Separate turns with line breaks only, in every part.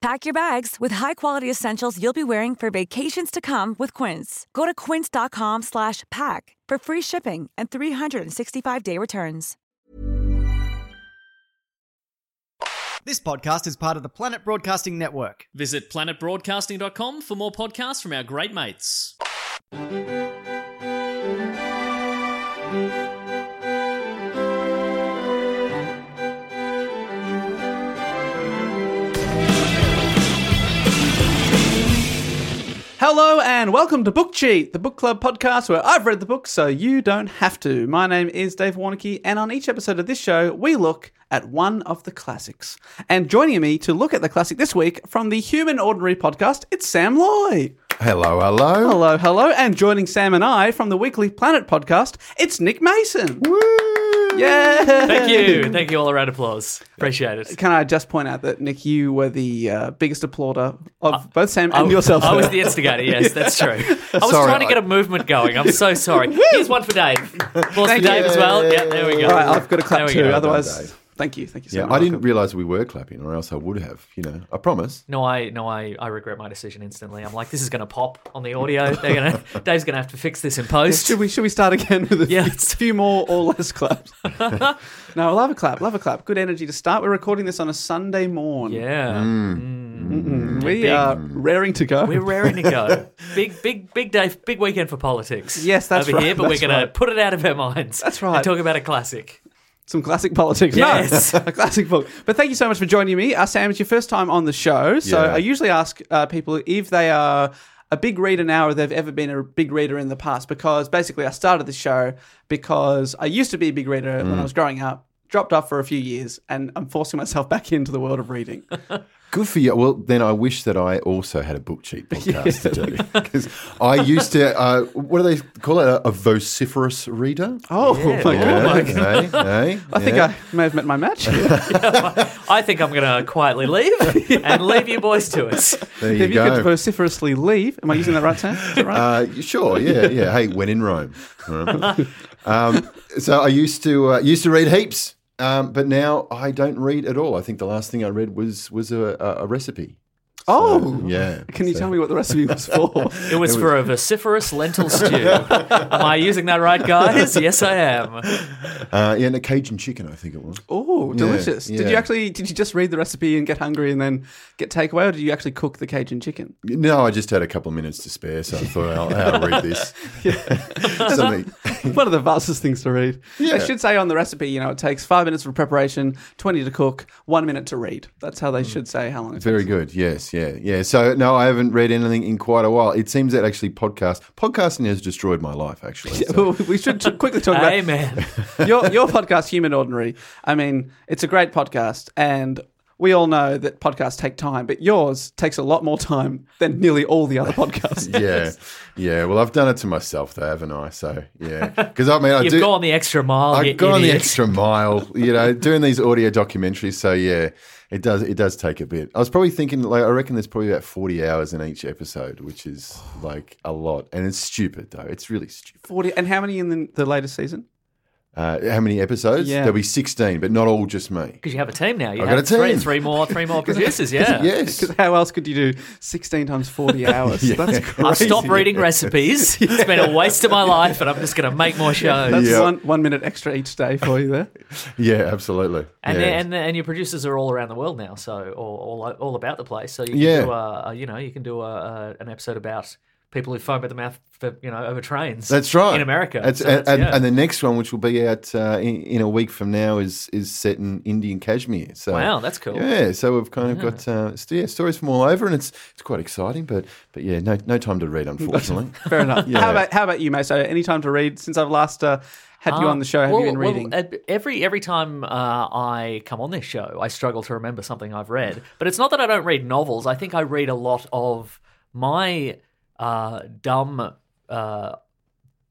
Pack your bags with high-quality essentials you'll be wearing for vacations to come with Quince. Go to quince.com/pack for free shipping and 365-day returns.
This podcast is part of the Planet Broadcasting Network.
Visit planetbroadcasting.com for more podcasts from our great mates.
Hello and welcome to Book Cheat, the book club podcast where I've read the book so you don't have to. My name is Dave Warnicky, and on each episode of this show, we look at one of the classics. And joining me to look at the classic this week from the Human Ordinary podcast, it's Sam Loy.
Hello, hello.
Hello, hello. And joining Sam and I from the Weekly Planet podcast, it's Nick Mason. Woo! Yeah.
Thank you. Thank you all around applause. Appreciate it.
Can I just point out that Nick, you were the uh, biggest applauder of both Sam and yourself.
Uh, I was the instigator, yes, that's true. I was
Sorry,
trying to get a
I-
movement going. I'm so sorry. Here's one for Dave. Applause for
Thank you.
Dave as well. Yeah, there we go.
All right, I've got a
There
clap
we
too.
go.
Otherwise, thank you, thank you. So
Yeah,
much.
I didn't realize we were clapping, or else I would have. You know, I promise.
No, I no, I, I regret my decision instantly. I'm like, this is going to pop on the audio. They're gonna Dave's going to have to fix this in post.
Should we should we start again with a
Yeah.
few, few more or less claps? no, I love a clap, love a clap. Good energy to start. We're recording this on a Sunday morn.
Yeah,
Mm, we
Big-
are raring to go.
we're raring to go. big, big, big Dave. Big weekend for politics.
Yes, that's
over here.
right,
But we're
that's
going to
right.
put it out of our minds.
That's
And
right.
talk about a classic.
Some classic politics.
Yes.
No, a classic book. But thank you so much for joining me. Uh, Sam, it's your first time on the show, so
Yeah.
I usually ask uh, people if they are. A big reader now, or they've ever been a big reader in the past, because basically I started the show because I used to be a big reader when I was growing up, dropped off for a few years, and I'm forcing myself back into the world of reading.
Good for you. Well, then I wish that I also had a book cheat podcast to do because I used to. Uh, what do they call it? A, a vociferous reader.
Oh my
Yeah,
god!
eh, eh,
I think
yeah.
I may have met my match.
I think I'm going to quietly leave and leave you boys to us.
There you
if you could
go.
vociferously leave, am I using that right, Sam? Is that right?
Uh, sure. Yeah. Yeah. Hey, when in Rome. Alright. um, so I used to uh, used to read heaps, um, but now I don't read at all. I think the last thing I read was was a, a, a recipe.
oh,
yeah.
Can you
So-
tell me what the recipe was for?
It was for a vociferous lentil stew. Am I using that right, guys? Yes, I am.
Uh, yeah, and a Cajun chicken, I think it was.
Oh, delicious! Did
yeah.
you actually? Did you just read the recipe and get hungry and then get takeaway, or did you actually cook the Cajun chicken?
No, I just had a couple of minutes to spare, so I thought I'll, I'll read this. Something.
One of the vastest things to read.
Yeah.
I should say on the recipe, you know, it takes five minutes for preparation, twenty to cook, one minute to read. That's how they should say how long it
Hmm. Very good. Yes, yeah, yeah. So no, I haven't read anything in quite a while. It seems that actually podcast podcasting has destroyed my life. Actually,
takes.
So-
we should t- quickly talk about
Amen.
your your podcast, Human Ordinary. I mean, it's a great podcast, and we all know that podcasts take time, but yours takes a lot more time than nearly all the other podcasts.
yeah, yeah. Well, I've done it to myself, though, haven't I? So yeah, because I mean, I
You've
do.
gone the extra mile. you
I've gone the
idiot.
extra mile, you know, doing these audio documentaries. So yeah, it does it does take a bit. I was probably thinking, like, I reckon there's probably about forty hours in each episode, which is like a lot, and it's stupid though. It's really stupid.
Forty, and how many in the, the latest season?
Uh, how many episodes?
Yeah.
There'll be sixteen, but not all just me.
Because you have a team now. You
I've
have
got a
Three,
team.
three more, three more producers. Yeah.
Yes.
How else could you do sixteen times forty hours? That's crazy.
I've stopped reading recipes. It's been a waste of my life, and I'm just going to make more shows.
That's
Yeah.
one one minute extra each day for you there.
Yeah, absolutely.
and,
yeah.
and and your producers are all around the world now, so or all all about the place. So you can
Yeah.
do a, a- you know you can do a, a, an episode about people who foam at the mouth for you know over trains.
that's right
in America.
That's,
So
and,
that's-
and-
yeah.
and the next one, which will be out uh, in, in a week from now, is is set in Indian Kashmir. So
Wow, that's cool.
Yeah, so we've kind of got uh, st- yeah, stories from all over, and it's it's quite exciting. But but yeah, no no time to read, unfortunately.
Fair enough.
Yeah.
How about how about you, mate? So any time to read since I've last uh, had you
Ah,
on the show? Have
well-
you been
well,
reading?
uh, every every time uh, I come on this show, I struggle to remember something I've read. But it's not that I don't read novels. I think I read a lot of my uh, dumb uh,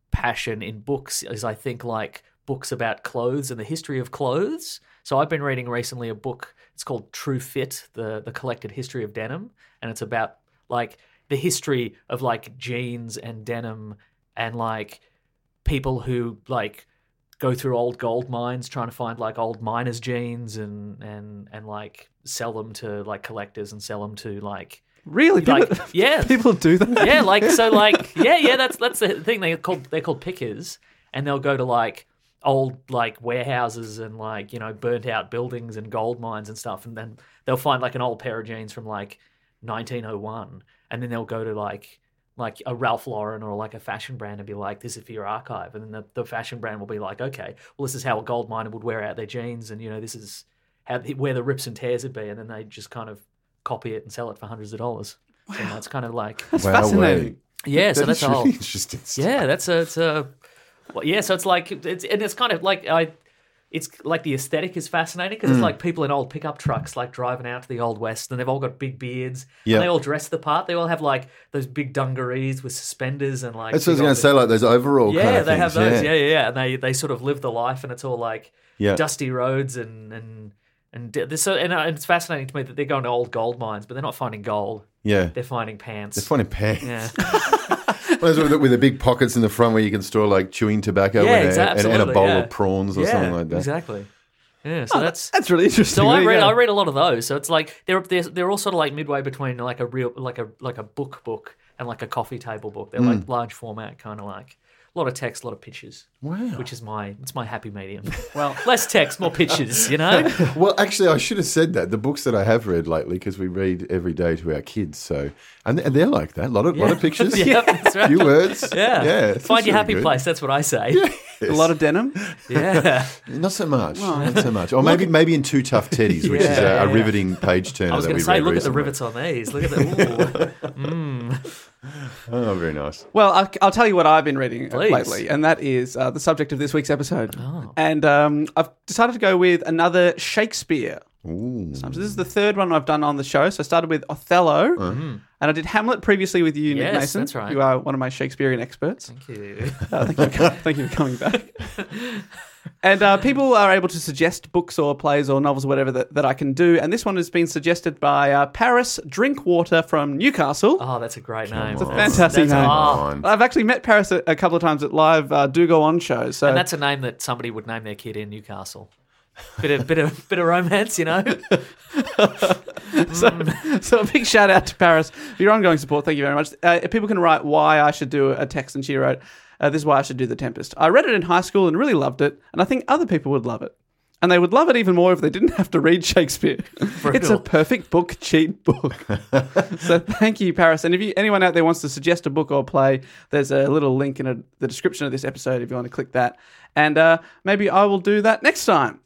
passion in books is I think like books about clothes and the history of clothes. So I've been reading recently a book. It's called True Fit: the the collected history of denim, and it's about like the history of like jeans and denim and like people who like go through old gold mines trying to find like old miners jeans and and and like sell them to like collectors and sell them to like
Really? People,
Like, yeah.
People do that?
yeah like so like yeah yeah that's that's the thing they're called they're called pickers and they'll go to like old like warehouses and like you know burnt out buildings and gold mines and stuff and then they'll find like an old pair of jeans from like 1901 and then they'll go to like like a Ralph Lauren or like a fashion brand and be like, this is for your archive. And then the, the fashion brand will be like, okay, well, this is how a gold miner would wear out their jeans. And, you know, this is how where the rips and tears would be. And then they just kind of copy it and sell it for hundreds of dollars. Wow. So that's kind of like,
That's fascinating.
yeah, so
That
that's
is
a whole.
really interesting. stuff.
Yeah, that's a, it's a well, yeah. So it's like it's and it's kind of like I, it's like the aesthetic is fascinating because
Mm.
it's like people in old pickup trucks like driving out to the old west and they've all got big beards.
Yeah.
and they all dress the part. They all have like those big dungarees with suspenders and like.
That's what I was
big
going
old-
to say, like those overall
Yeah,
kind of
they have
things,
those. Yeah. yeah, yeah, and they they sort of live the life, and it's all like
Yeah.
dusty roads and and. And d- this, so- and, uh, and it's fascinating to me that they're going to old gold mines, but they're not finding gold.
Yeah.
They're finding pants.
They're finding pants.
yeah.
Those with, the, with the big pockets in the front where you can store like chewing tobacco
Yeah,
and, a,
exact-
and, and a
absolutely,
bowl
yeah.
of prawns or
yeah,
something like that. Oh,
Exactly. Yeah, so that's
That's really interesting.
so
There
I
you
read
go.
I read a lot of those. So it's like they're they're they're all sort of like midway between like a real like a like a book book and like a coffee table book. They're
Hmm.
like large format kind of like a lot of text, a lot of pictures. Wow. Which is my it's my happy medium. Well, less text, more pictures, you know?
Well, actually, I should have said that. The books that I have read lately, because we read every day to our kids, so and and they're like that. A lot of lot of pictures,
Yep, that's
a
right.
few words.
Yeah.
yeah.
Find
that's
your
really
happy
good.
place, that's what I say. Yeah.
A lot of denim.
Not so much. Not so much. Or maybe maybe in two tough teddies, which is a,
Yeah,
a
yeah.
riveting page turner.
I was
that
going
we
to say,
read
look at the
recently.
rivets on these. Look at the. Ooh.
Oh, very nice.
Well, I'll, I'll tell you what I've been reading uh,
Please. Oh.
lately, and that is uh, the subject of this week's episode. And um, I've decided to go with another Shakespeare. So this is the third one I've done on the show. So I started with Othello, and I did Hamlet previously with you, Nick
Uh-huh. Yes,
Mason.
that's right.
You are one of my Shakespearean experts.
Thank you.
Uh, thank, you for, com- thank you for coming back. And uh, people are able to suggest books or plays or novels or whatever that, that I can do. And this one has been suggested by uh, Paris Drinkwater from Newcastle.
Oh, that's a great name.
It's a fantastic
that's,
name.
oh,
Fine.
I've actually met Paris a, a couple of times at live uh, do go on shows. So
And that's a name that somebody would name their kid in Newcastle. Bit of bit of bit of romance, you know.
So a big shout out to Paris for your ongoing support. Thank you very much. Uh, people can write why I should do a text, and she wrote, uh, "This is why I should do the Tempest." I read it in high school and really loved it, and I think other people would love it, and they would love it even more if they didn't have to read Shakespeare. it's a
Brutal.
perfect book cheat book. so thank you, Paris. And if you, anyone out there wants to suggest a book or play, there's a little link in a, the description of this episode if you want to click that, and uh, maybe I will do that next time.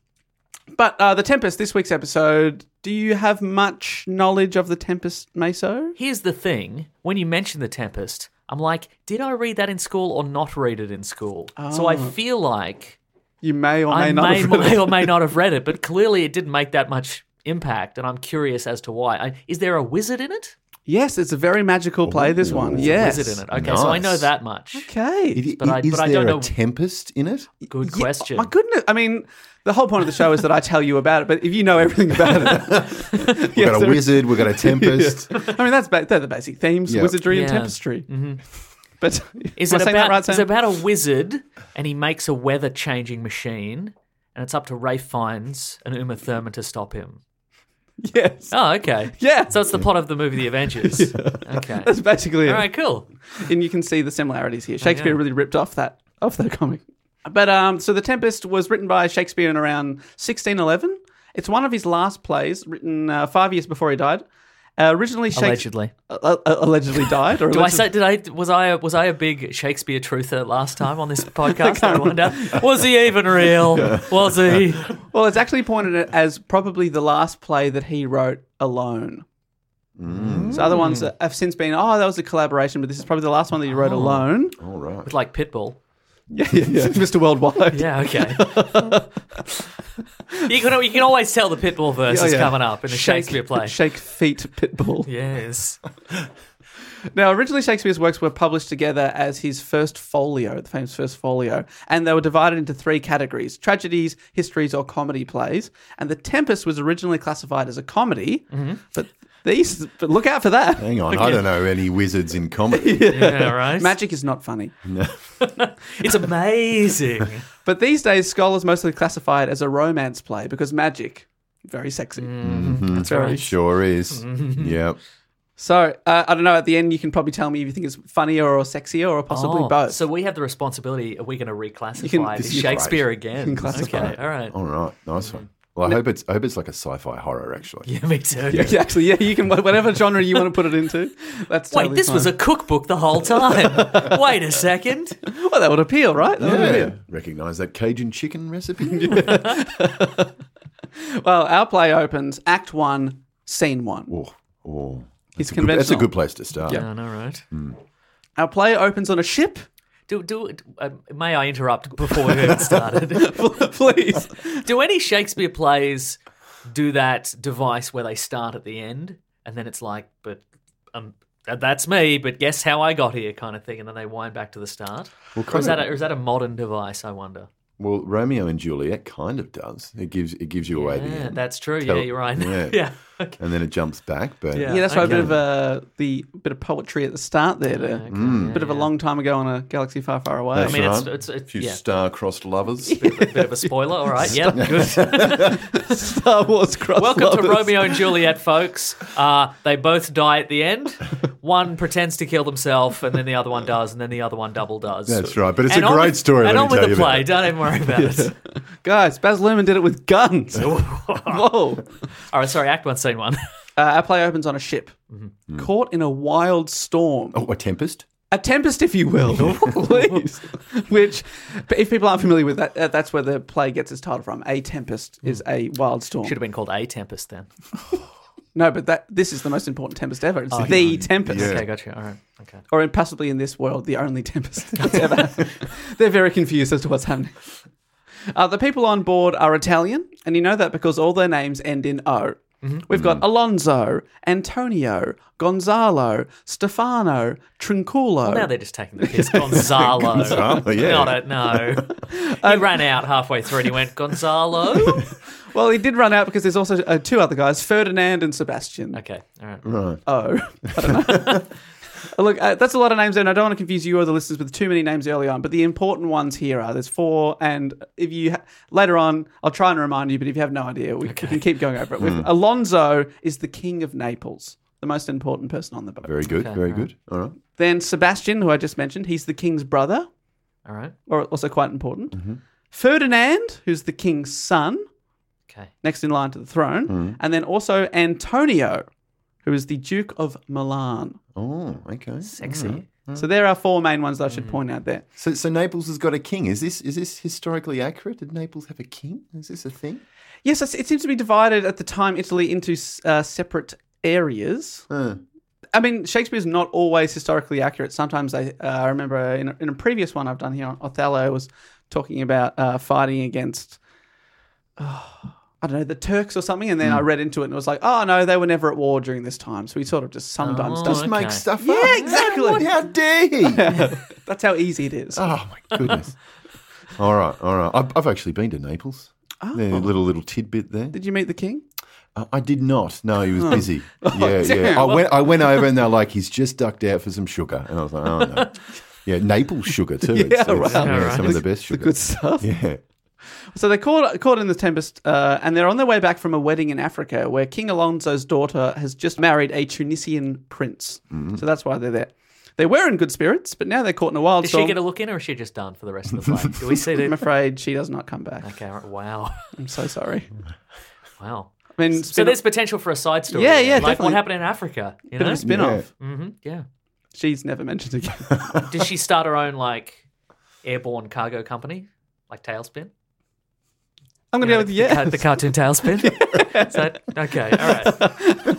But uh, the Tempest, this week's episode. Do you have much knowledge of the Tempest, Meso?
Here's the thing: when you mention the Tempest, I'm like, did I read that in school or not read it in school? So I feel like
You may or may
Oh. I
not.
may,
have read
may
it.
or may not have read it, but clearly it didn't make that much impact, and I'm curious as to why. I, is there a wizard in it?
Yes, it's a very magical play. This one, yes.
Wizard in it. Okay, so I know
Nice.
that much.
Okay.
Is,
But I-
is
but I
there
don't
a
know-
tempest in it?
Good
Yeah,
question.
My goodness. I mean, the whole point of the show is that I tell you about it, but if you know everything about it,
We've got a
there-
wizard. We've got a tempest.
I mean, that's ba- they're the basic themes:
Yeah.
wizardry and
Yeah. Mm-hmm.
tapestry. But
Is
am
it
I saying
about
that right?
is
Sam?
it about a wizard and he makes a weather changing machine and it's up to Ray Fiennes and Uma Thurman to stop him.
yes.
Oh, okay.
Yeah.
So it's the plot of the movie The Avengers. Okay.
That's basically it.
All right, cool.
and you can see the similarities
Oh,
here. Shakespeare really ripped off that off that comic. But um, so the Tempest was written by Shakespeare in around 1611. It's one of his last plays, written uh, five years before he died. Uh, originally, Shakespeare
Allegedly.
allegedly died. Or
Do I
alleged-
say? Did I? Was I? a- Was I a big Shakespeare truther last time on this podcast? I wonder. Was he even real? Was he?
Well, it's actually pointed at as probably the last play that he wrote alone. So other ones that have since been, oh, that was a collaboration, but this is probably the last one that he
Oh.
wrote alone.
All right.
With like Pitbull.
Yeah, yeah, yeah. Mr. Worldwide.
Yeah. Okay. you can. You can always tell the Pitbull verse
Oh,
is
yeah.
coming up in a
Shake-
Shakespeare play.
Shake feet, pitbull.
Yes.
Now, originally Shakespeare's works were published together as his first folio, the famous first folio, and they were divided into three categories tragedies, histories, or comedy plays. And The Tempest was originally classified as a comedy,
Mm-hmm.
but these, but look out for that.
Hang on, I don't know any wizards in comedy.
Yeah, right.
Magic is not funny.
It's amazing.
But these days, scholars mostly classify it as a romance play because magic, very sexy.
Mm-hmm.
That's very
It Mm, sure is. yep.
So uh, I don't know. At the end, you can probably tell me if you think it's funnier or sexier or possibly
Oh,
both.
So we have the responsibility. Are we going to reclassify
can-
this
this is
Shakespeare
great.
again?
You can classify
okay,
it. Oh.
all right.
All right. Nice one. Well, I hope it's I hope it's like a sci-fi horror. Actually,
Mm-hmm. Yeah, me too.
Yeah, actually, yeah, you can whatever genre you want to put it into. That's
Wait,
totally
this was a
fine.
cookbook the whole time. Wait a second.
well, that would appeal, right? That would appeal.
Recognize that Cajun chicken recipe?
Well, our play opens Act One, Scene One.
Oh, oh.
It's
That's a good- That's a
conventional.
good place to start.
Yeah.
I know, right?
Our play opens on a ship.
Do do uh, may I interrupt before we get started?
Please,
do any Shakespeare plays do that device where they start at the end and then it's like, but um, th- that's me, but guess how I got here, kind of thing, and then they wind back to the start?
Well,
Or is
kind
that
of-
a, or is that a modern device? I wonder.
Well, Romeo and Juliet kind of does. It gives it gives you away the
Yeah,
end,
that's true.
Tell-
yeah, you're right.
Yeah.
Yeah.
and then it jumps back. But
Yeah.
yeah, that's why a bit
okay.
of uh, the bit of poetry at the start there, to,
Okay,
bit of a long time ago on a galaxy far, far away.
That's
I mean, it's-
right.
it's- it's-
a few
yeah.
star-crossed lovers.
yeah. bit of a spoiler. All right. Yeah. Good.
Star Wars cross
Welcome to
lovers.
Romeo and Juliet, folks. Uh, they both die at the end. One pretends to kill themself, and then the other one does, and then the other one double does.
That's right, but it's
And
a
on
great
with-
story,
And
let
on
me
with the
tell you about
play.
it.
Don't even worry about it.
Guys, Baz Luhrmann did it with guns. Whoa.
All right. Sorry. Act one, scene one.
Uh, our play opens on a ship,
Mm-hmm.
caught in a wild storm,
oh, a tempest.
a tempest, if you will, please. Which, if people aren't familiar with that, uh, that's where the play gets its title from. A tempest is a wild storm.
Should have been called A Tempest then.
No, but that this is the most important tempest ever.
Oh,
It's the tempest,
Okay. Gotcha. All right. Okay.
or in, possibly in this world, the only tempest that's ever. They're very confused as to what's happening. Uh, the people on board are Italian, and you know that because all their names end in O.
Mm-hmm.
We've got Alonso, Antonio, Gonzalo, Stefano, Trinculo.
Now they're just taking the piss. Gonzalo.
Oh. Gonzalo, yeah.
Not a, no. He ran out halfway through and he went, Gonzalo?
Well, he did run out because there's also uh, two other guys, Ferdinand and Sebastian.
Okay. All right.
Oh, I don't know. Look, uh, that's a lot of names, and I don't want to confuse you or the listeners with too many names early on. But the important ones here are there's four, and if you ha- later on, I'll try and remind you. But if you have no idea, we, we can keep going over it. With Alonso is the king of Naples, the most important person on the boat.
Very good. very good. All right.
Then Sebastian, who I just mentioned, he's the king's brother,
All right.
or also quite important. Ferdinand, who's the king's son,
Okay.
next in line to the throne, and then also Antonio, who is the Duke of Milan.
Oh, okay.
Sexy.
So there are four main ones that I should point out there.
So, so Naples has got a king. Is this is this historically accurate? Did Naples have a king? Is this a thing?
Yes, it's- it seems to be divided at the time Italy into uh, separate areas.
Huh.
I mean, Shakespeare's not always historically accurate. Sometimes they, uh, I remember in a, in a previous one I've done here on Othello was talking about uh, fighting against. oh, I don't know, the Turks or something, and then I read into it and it was like, oh no, they were never at war during this time. So he sort of just sometimes
Oh,
does.
Just
okay.
make stuff up.
Yeah, exactly.
What? How dare he?
That's how easy it is.
oh my goodness. all right, all right. I've, I've actually been to Naples. Oh. little little tidbit there.
Did you meet the king?
I- I did not. No, he was busy. yeah,
damn.
yeah. I went. I went over, and they're like, "He's just ducked out for some sugar," and I was like, "Oh no." Yeah, Naples sugar too. yeah,
right.
Some of the best sugar.
Good stuff.
yeah.
So they're caught, caught in the tempest, uh, and they're on their way back from a wedding in Africa where King Alonso's daughter has just married a Tunisian prince. So that's why they're there. They were in good spirits, but now they're caught in a wild
Did she
storm.
get a look in or is she just done for the rest of the play? Do we see
I'm
that?
afraid she does not come back.
Okay. all right. Wow.
I'm so sorry.
Wow.
I mean,
So
spin-
there's potential for a side story.
Yeah,
there.
yeah,
Like
definitely.
what happened in Africa, you
bit of
know?
a spin off.
hmm yeah.
She's never mentioned again.
Did she start her own like airborne cargo company, like Tailspin?
I'm going to go with
The ca-
yes.
The, cartoon Tailspin. Is that- okay, all right.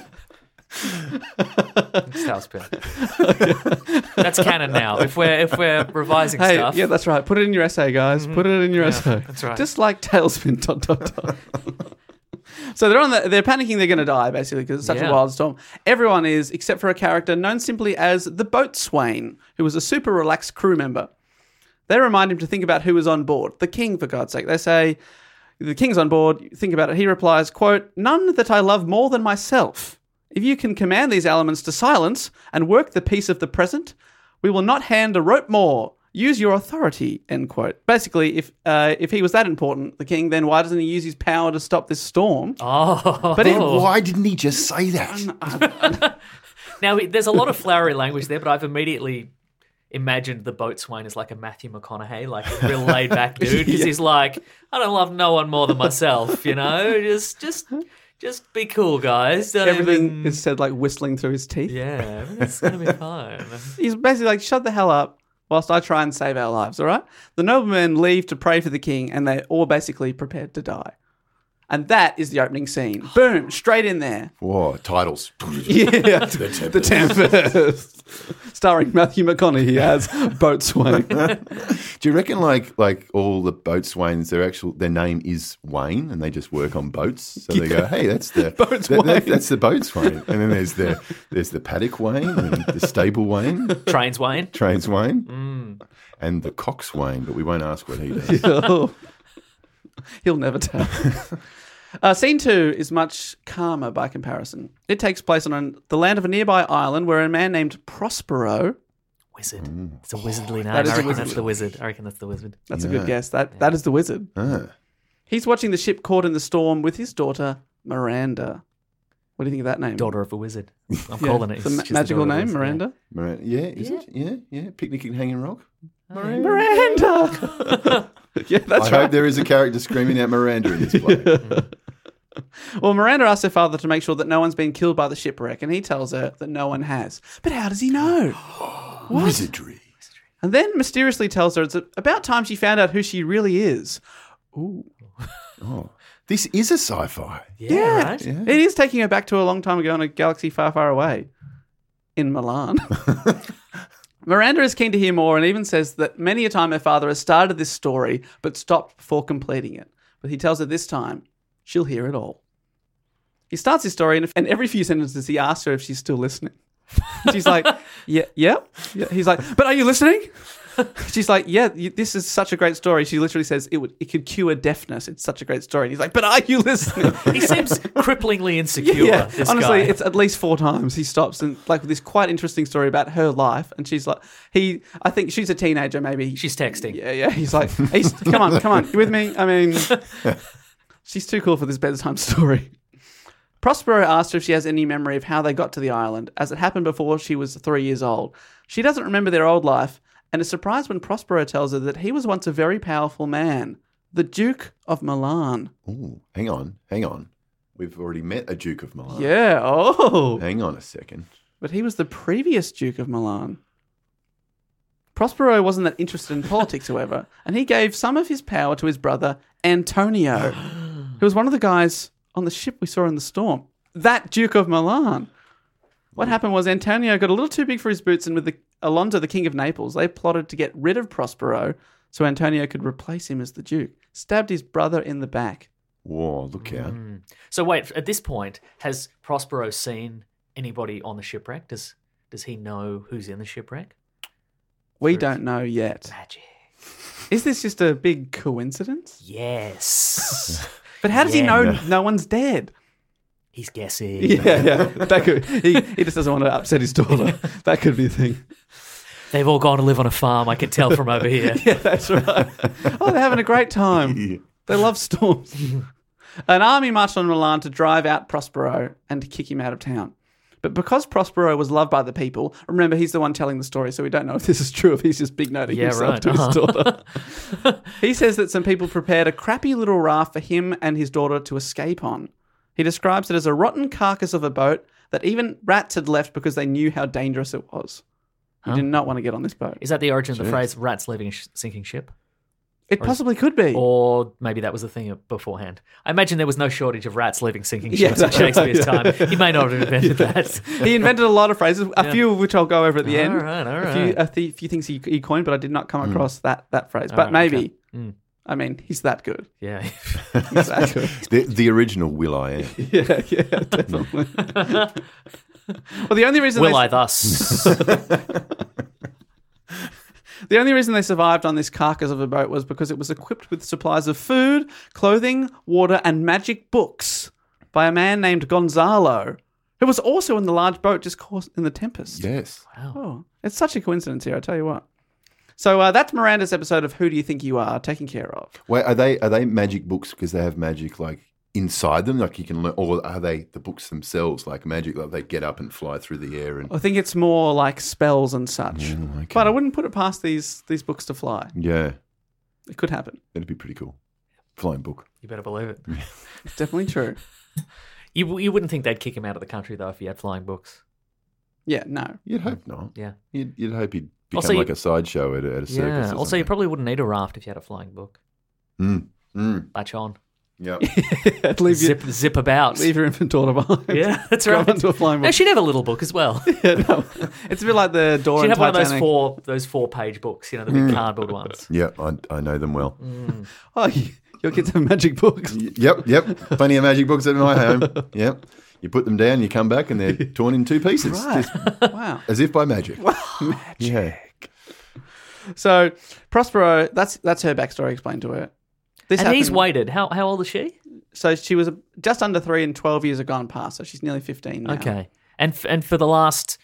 It's Tailspin. That's canon now. If we're if we're revising
Hey,
stuff, Mm-hmm.
yeah, that's right. Put it in your essay, guys. Put it in your essay.
that's right.
Just like Tailspin. Dot dot dot. So they're on the, they're panicking they're going to die basically because it's such a
Yeah.
wild storm. Everyone is except for a character known simply as the boatswain, who was a super relaxed crew member. They remind him to think about who was on board. The king, for God's sake. They say, the king's on board. Think about it. He replies, quote, none that I love more than myself. If you can command these elements to silence and work the peace of the present, we will not hand a rope more. Use your authority, end quote. Basically, if uh, if he was that important, the king, then why doesn't he use his power to stop this storm?
Oh,
But it-
Why didn't he just say that?
now there's a lot of flowery language there, but I've immediately imagined the boatswain as like a Matthew McConaughey, like a real laid back dude, because he's like, I don't love no one more than myself, you know. Just, just, just be cool, guys. Don't
Everything
even-
is said like whistling through his teeth.
yeah, it's gonna be fine.
He's basically like, shut the hell up whilst I try and save our lives, all right? The noblemen leave to pray for the king and they're all basically prepared to die. And that is the opening scene. Boom, straight in there.
Whoa, titles.
Yeah. the Tempest. Starring Matthew McConaughey as Boatswain.
Do you reckon like like all the boatswains, their actual their name is Wayne, and they just work on boats? So they go, hey, that's the
Boatswain.
that- that's the boatswain, and then there's the there's the paddock Wayne, and the stable Wayne,
Trains Wayne.
trains Wayne,
Mm.
and the coxswain. But we won't ask what he does.
Oh. He'll never tell. Uh, scene two is much calmer by comparison. It takes place on an, the land of a nearby island where a man named Prospero.
Wizard. It's a wizardly name.
That is
I
a
reckon
wizard.
that's the wizard. I reckon that's the wizard.
That's a good guess. That that is the wizard.
Ah.
He's watching the ship caught in the storm with his daughter Miranda. What do you think of that name?
Daughter of a wizard. I'm calling it.
It's a
It's
ma-
just the
magical
daughter of a
name,
wizard, yeah.
Miranda.
Mar- yeah, is it? Yeah, yeah. Picnic and Hanging Rock.
Miranda. yeah, that's
I
right.
hope there is a character screaming out Miranda in this play.
Well, Miranda asks her father to make sure that no one's been killed by the shipwreck, and he tells her that no one has. But how does he know?
Wizardry.
And then mysteriously tells her it's about time she found out who she really is.
Oh, This is a sci-fi.
Yeah, right?
It is taking her back to a long time ago in a galaxy far, far away in Milan. Miranda is keen to hear more and even says that many a time her father has started this story but stopped before completing it. But he tells her this time she'll hear it all. He starts his story and, and every few sentences he asks her if she's still listening. She's like, yeah, yeah, yeah. He's like, but are you listening? She's like, yeah, you, this is such a great story. She literally says it would it could cure deafness. It's such a great story. And he's like, but are you listening?
He seems cripplingly insecure. this
honestly,
guy.
it's at least four times he stops and like with this quite interesting story about her life, and she's like, he, I think she's a teenager, maybe.
she's texting.
yeah, yeah. He's like, he's, come on, come on, you with me? I mean, she's too cool for this bedtime story. Prospero asked her if she has any memory of how they got to the island, as it happened before she was three years old. She doesn't remember their old life, and is surprised when Prospero tells her that he was once a very powerful man, the Duke of Milan.
Ooh, hang on, hang on. We've already met a Duke of Milan.
Yeah. Oh.
Hang on a second.
But he was the previous Duke of Milan. Prospero wasn't that interested in politics, however, and he gave some of his power to his brother Antonio, who was one of the guys on the ship we saw in the storm. That Duke of Milan. What happened was Antonio got a little too big for his boots, and with the, Alonso, the King of Naples, they plotted to get rid of Prospero so Antonio could replace him as the Duke. Stabbed his brother in the back.
Whoa, look out.
So wait, at this point, has Prospero seen anybody on the shipwreck? Does does he know who's in the shipwreck?
We don't know yet.
Magic.
Is this just a big coincidence?
Yes.
But how does he
Yeah.
know no one's dead?
He's guessing.
Yeah, yeah. That could he, he just doesn't want to upset his daughter. That could be a thing.
They've all gone to live on a farm, I can tell from over here.
Yeah, that's right. Oh, they're having a great time. They love storms. An army marched on Milan to drive out Prospero and to kick him out of town. But because Prospero was loved by the people, remember he's the one telling the story, so we don't know if this is true, if he's just big noting
Yeah,
himself
right.
to his
Uh-huh.
daughter. he says that some people prepared a crappy little raft for him and his daughter to escape on. He describes it as a rotten carcass of a boat that even rats had left because they knew how dangerous it was. He did not want to get on this boat.
Is that the origin of the phrase "rats leaving a sh- sinking ship"?
It possibly could be.
Or maybe that was the thing beforehand. I imagine there was no shortage of rats leaving sinking
Yeah,
ships in
that's right,
Shakespeare's
yeah.
time. He may not have invented that.
he invented a lot of phrases, a few of which I'll go over at the
All
end.
right, all
A few,
right.
a th- few things he, he coined, but I did not come across that that phrase. But maybe I mean, he's that good.
Yeah.
He's that good.
The, the original Will I Am.
yeah, yeah, definitely. well, the only reason
Will
they,
I thus?
The only reason they survived on this carcass of a boat was because it was equipped with supplies of food, clothing, water, and magic books by a man named Gonzalo, who was also in the large boat just caused in the tempest.
Yes.
Oh, it's such a coincidence here, I tell you what. So uh, that's Miranda's episode of Who Do You Think You Are taken care of.
Wait, are they are they magic books because they have magic like inside them, like you can learn, or are they the books themselves like magic, like they get up and fly through the air
Oh,
and
I think it's more like spells and such. But I wouldn't put it past these these books to fly.
yeah,
It could happen.
that'd be pretty cool. Flying book.
you better believe it.
It's definitely true.
You you wouldn't think they'd kick him out of the country though if he had flying books.
Yeah, no.
You'd hope not.
Yeah.
You'd, you'd hope he'd become
Also, you-
like a sideshow at, a- at a circus. or
Yeah. Also, you
something.
probably wouldn't need a raft if you had a flying book.
Mm, mm,
Latch on.
yeah.
leave, your,
Zip zip about.
leave your infant daughter behind.
Yeah, that's
Go
right.
onto a flying
No,
book.
she'd have a little book as well. She'd
Yeah, no. It's a bit like the door in
have one of
Titanic.
those four those four page books, you know, the big cardboard ones.
yeah, I, I know them well.
Mm.
Oh, you- your kids have magic books.
Y- Yep, yep. Plenty of magic books at my home. Yep. You put them down, you come back, and they're torn in two pieces,
Right.
Just
wow.
as if by magic. magic. Yeah.
So Prospero, that's that's her backstory explained to her. This
And he's
happened-
waited. How how old is she?
So she was just under three, and twelve years have gone past. So she's nearly fifteen now.
Okay. And f- and for the last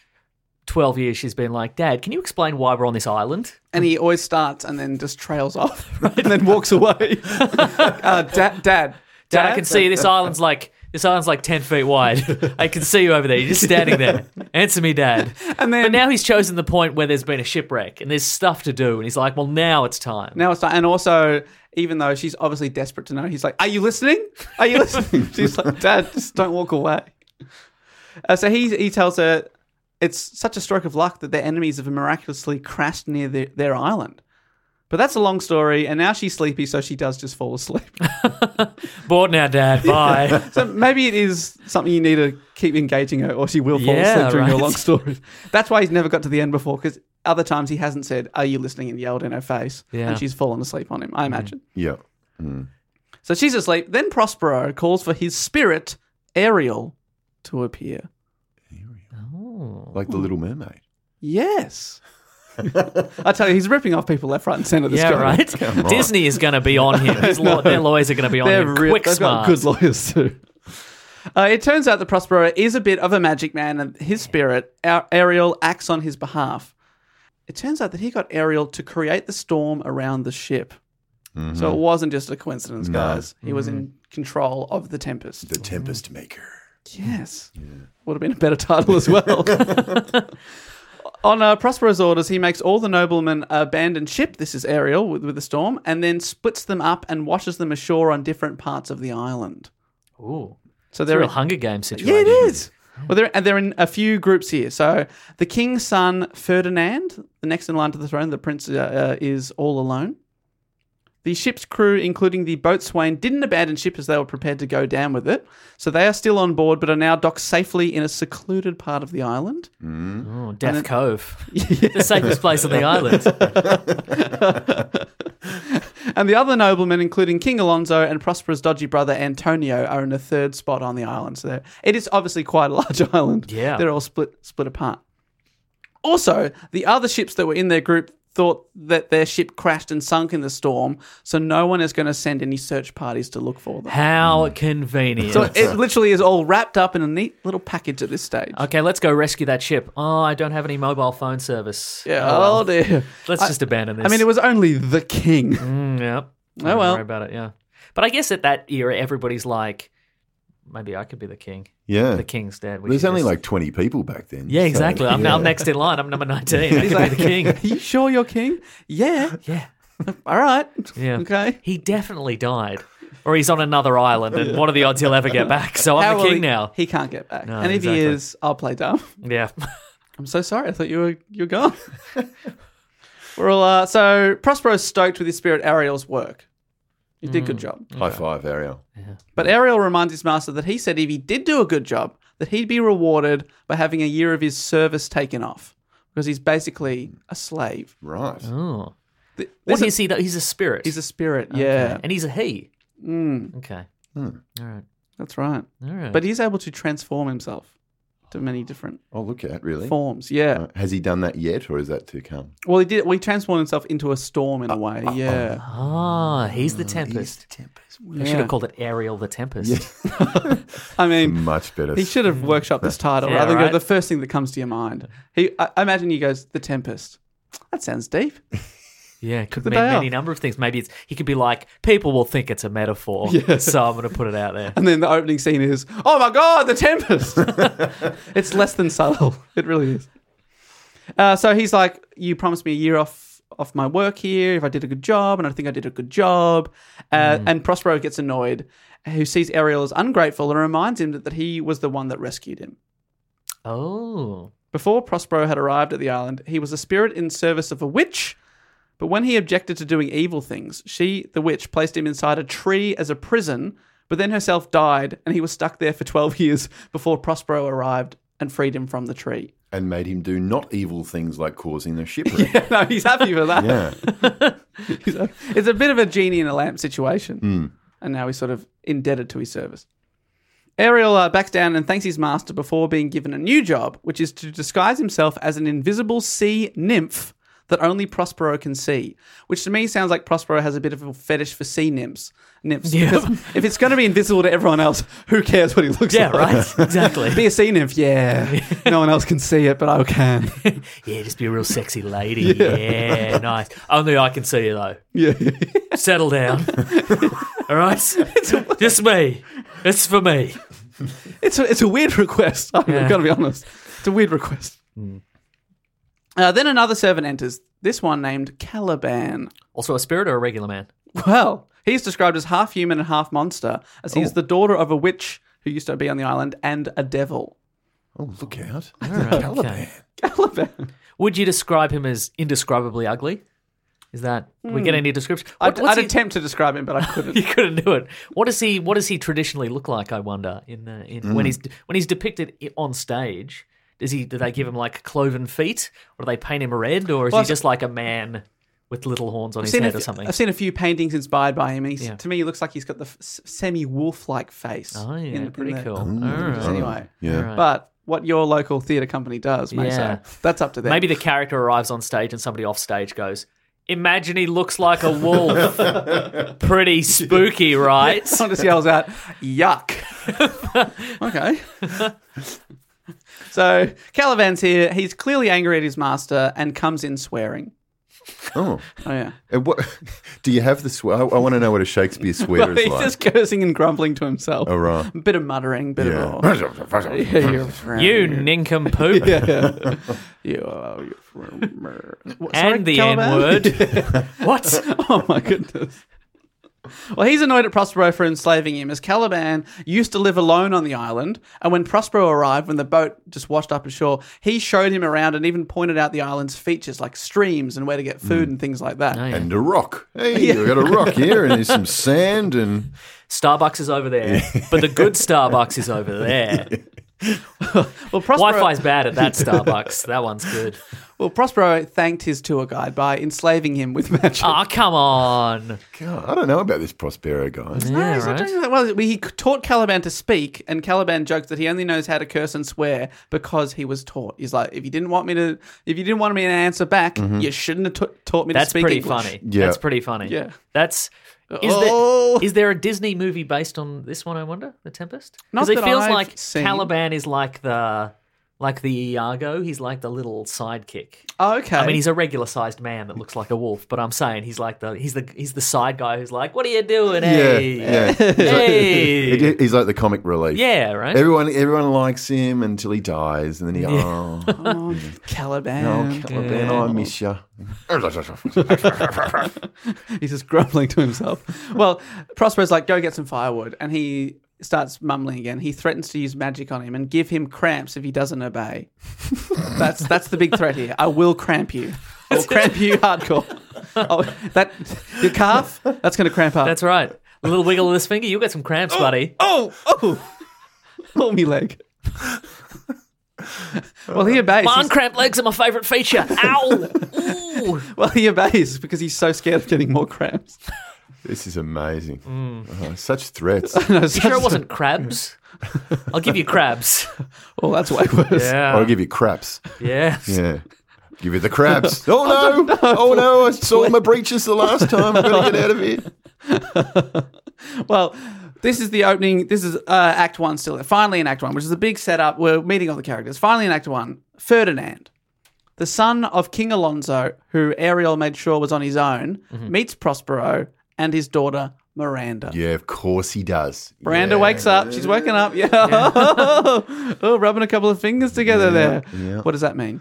twelve years, she's been like, Dad, can you explain why we're on this island?
And he always starts and then just trails off and then walks away. uh, dad, dad,
Dad, I can see this island's like this island's like ten feet wide. I can see you over there. You're just standing there. Answer me, Dad.
And then
But now he's chosen the point where there's been a shipwreck and there's stuff to do, and he's like, "Well, now it's time."
Now it's not, and also, even though she's obviously desperate to know, he's like, "Are you listening? Are you listening?" she's like, "Dad, just don't walk away." Uh, so he he tells her, "It's such a stroke of luck that their enemies have miraculously crashed near their, their island." But that's a long story, and now she's sleepy, so she does just fall asleep.
Bored now, Dad. Bye.
so maybe it is something you need to keep engaging her, or she will fall
Yeah,
asleep during your
right.
long story. That's why he's never got to the end before, because other times he hasn't said, "Are you listening?" and yelled in her face,
Yeah. Mm-hmm.
and she's fallen asleep on him. I imagine.
Yeah.
So she's asleep. Then Prospero calls for his spirit, Ariel, to appear.
Like the Little Mermaid.
Yes. I tell you, he's ripping off people left, right, and centre. This
yeah,
guy.
right. Disney is going to be on him. His law- Their lawyers are going to be on
They're
him.
real-
Quick
they've
smart.
got good lawyers too. Uh, it turns out that Prospero is a bit of a magic man, and his spirit, Ar- Ariel, acts on his behalf. It turns out that he got Ariel to create the storm around the ship. So it wasn't just a coincidence, guys. He was
Mm-hmm.
in control of the tempest.
The Tempest Maker.
Yes. Would have been a better title as well. On uh, Prospero's orders, he makes all the noblemen abandon ship. This is Ariel with, with the storm, and then splits them up and washes them ashore on different parts of the island.
Ooh,
So
it's a
they're
real
in-
Hunger Games situation.
yeah, it is. Well, they're and they're in a few groups here. So the king's son Ferdinand, the next in line to the throne, the prince uh, uh, is all alone. The ship's crew, including the boatswain, didn't abandon ship as they were prepared to go down with it. So they are still on board, but are now docked safely in a secluded part of the island.
Ooh, Death Cove, the safest place on the island.
And the other noblemen, including King Alonso and Prosperous dodgy brother Antonio, are in a third spot on the island. So they're- it is obviously quite a large island.
Yeah.
They're all split split apart. Also, the other ships that were in their group thought that their ship crashed and sunk in the storm, so no one is going to send any search parties to look for them.
How convenient.
So it literally is all wrapped up in a neat little package at this stage.
okay, let's go rescue that ship. Oh, I don't have any mobile phone service.
Yeah,
Oh, well.
oh dear.
Let's just abandon this.
I mean, it was only the king.
Mm, yep.
Oh, well.
Worry about it. Yeah. But I guess at that era, everybody's like, maybe I could be the king.
Yeah.
The king's dead. We
There's
should
only
just-
like 20 people back then.
Yeah,
so,
exactly. I'm,
yeah.
I'm next in line. I'm number 19. I could be the king.
Are you sure you're king? Yeah.
Yeah.
All right.
Yeah.
Okay.
He definitely died. Or he's on another island, and what are the odds he'll ever get back? So I'm the
will
king
he,
now.
He can't get back.
No,
and if he
exactly.
is, I'll play dumb.
Yeah.
I'm so sorry. I thought you were you're gone. We're all uh, so Prospero's stoked with his spirit Ariel's work. You did good
Hmm.
job.
High five, Ariel.
But Ariel reminds his master that he said if he did do a good job, that he'd be rewarded by having a year of his service taken off because he's basically a slave.
Right.
oh.
Th-
What
there's a-
is he though? He's a spirit.
He's a spirit. Yeah,
and he's a he.
Mm,
Okay.
Hmm.
All right.
that's right.
All right.
But he's able to transform himself to many different
Oh, look at really.
forms. Yeah.
Uh, has he done that yet, or is that to come?
Well, he did. Well, he transformed himself into a storm
Uh,
in a way. yeah.
ah, he's
Hmm,
the tempest.
Tempest.
I should have called it Ariel the Tempest.
I mean,
Much better.
he should have workshopped this title
Yeah,
rather than
right.
go the first thing that comes to your mind. He, I, I imagine he goes, "The Tempest." That sounds deep.
Yeah, it could
the
mean
day
any
off.
number of things. Maybe it's he could be like, people will think it's a metaphor, so I'm going to put it out there.
And then the opening scene is, "Oh my God, the Tempest." it's less than subtle. It really is. Uh, so he's like, "You promised me a year off off my work here if I did a good job, and I think I did a good job." Uh,
Mm.
And Prospero gets annoyed, who sees Ariel as ungrateful and reminds him that, that he was the one that rescued him.
Oh,
Before Prospero had arrived at the island, he was a spirit in service of a witch. But when he objected to doing evil things, she, the witch, placed him inside a tree as a prison, but then herself died, and he was stuck there for 12 years before Prospero arrived and freed him from the tree.
and made him do not evil things like causing the shipwreck.
no, he's happy for that.
yeah.
He's a- it's a bit of a genie in a lamp situation. And now he's sort of indebted to his service. Ariel uh, backs down and thanks his master before being given a new job, which is to disguise himself as an invisible sea nymph that only Prospero can see. Which to me sounds like Prospero has a bit of a fetish for sea nymphs. Nymphs.
Yeah.
Because if it's going to be invisible to everyone else, who cares what he looks
yeah,
like?
right,
Be
exactly.
a sea nymph, yeah. no one else can see it, but I can.
Yeah, just be a real sexy lady. Yeah, nice. Only I can see you though.
yeah.
Settle down. All right, just me. It's for me.
It's a, it's a weird request. I'm
Yeah. Hmm.
going to be honest. It's a weird request. Uh, then another servant enters, this one named Caliban.
Also, a spirit or a regular man?
Well, he's described as half human and half monster, as
Oh.
he is the daughter of a witch who used to be on the island and a devil.
Oh, look out.
okay.
Caliban.
Caliban.
Would you describe him as indescribably ugly? Is that we get any description?
Hmm. I'd,
what's
I'd
he-
attempt to describe him, but I
you
couldn't.
couldn't do it. What does he? What does he traditionally look like? I wonder. In, uh, in
Mm.
when he's when he's depicted i- on stage, does he? Do they give him like cloven feet, or do they paint him red, or is
Well,
he just like a man with little horns on his
seen a
head or
few-
something?
I've seen a few paintings inspired by him, and he's,
Yeah.
to me, he looks like he's got the f- semi wolf like face.
Oh yeah,
in- Mm. in
pretty
the-
cool.
images
Alright.
Anyway,
Yeah.
Right.
but what your local theatre company does, may
Yeah.
say. that's up to them.
Maybe the character arrives on stage and somebody off stage goes, "Imagine he looks like a wolf. pretty spooky, right?"
Someone just yells out, yuck. okay. so Caliban's here. He's clearly angry at his master and comes in swearing.
Oh.
Oh, yeah.
And what, do you have the swear? I, I want to know what a Shakespeare swear is
He's
like.
just cursing and grumbling to himself.
Oh, right.
Bit of muttering, bit of.
Yeah.
You nincompoop,
Yeah. You are- you're- What, sorry,
and the N
Caliban?
word. what?
oh my goodness. Well, he's annoyed at Prospero for enslaving him, as Caliban used to live alone on the island. And when Prospero arrived, when the boat just washed up ashore, he showed him around and even pointed out the island's features, like streams and where to get food and things like that.
And a rock. Hey, we got a rock here, and there's some sand, and
Starbucks is over there, but the good Starbucks is over there.
Well, Prospero,
Wi-Fi's bad at that Starbucks. that one's good.
well, Prospero thanked his tour guide by enslaving him with magic.
Oh, come on.
God, I don't know about this Prospero guy.
No,
Yeah,
he's not
right.
doing that. Well, he taught Caliban to speak, and Caliban jokes that he only knows how to curse and swear because he was taught. He's like, if you didn't want me to, if you didn't want me to answer back, you shouldn't have ta- taught me
Mm-hmm.
to
That's
speak
pretty
English."
funny.
Yeah.
That's pretty funny.
Yeah.
That's is
Oh.
there is there a Disney movie based on this one? I wonder, The Tempest.
Not
Because it
that
feels
I've
like
seen.
Caliban is like the like the Iago. He's like the little sidekick.
Oh, okay.
I mean, he's a regular-sized man that looks like a wolf, but I'm saying he's like the he's the he's the side guy who's like, "What are you doing, eh?"
Yeah,
hey?
yeah.
hey,
He- He's like the comic relief.
yeah, right."
Everyone, everyone likes him until he dies, and then he oh,
oh, Caliban.
oh, Caliban, I miss you.
He's just grumbling to himself. well, Prospero's like, go get some firewood, and he starts mumbling again. He threatens to use magic on him and give him cramps if he doesn't obey. that's that's the big threat here. I will cramp you. I'll cramp you hardcore. Oh, that your calf? That's going to cramp up.
That's right. A little wiggle of this finger, you'll get some cramps, buddy.
oh oh. Oh, me leg. Well, he obeys.
Barn
He's-
cramp legs are my favourite feature. Ow! Ooh!
Well, he obeys because he's so scared of getting more cramps.
This is amazing. Oh, such threats.
No,
You sure it wasn't crabs? I'll give you crabs.
Well, that's way worse.
I'll
Yeah.
give you craps.
Yeah.
Yeah. Give you the craps. oh no! Oh no! I saw my breeches the last time. I'm gonna get out of here.
Well, this is the opening. This is uh, Act One still. Finally, in Act One, which is a big setup. We're meeting all the characters. Finally, in Act One, Ferdinand, the son of King Alonso, who Ariel made sure was on his own, meets Prospero and his daughter Miranda.
Mm-hmm. Yeah, of course he does.
Miranda
Yeah.
wakes up. She's waking up. Yeah. oh, rubbing a couple of fingers together there.
yeah.
What does that mean?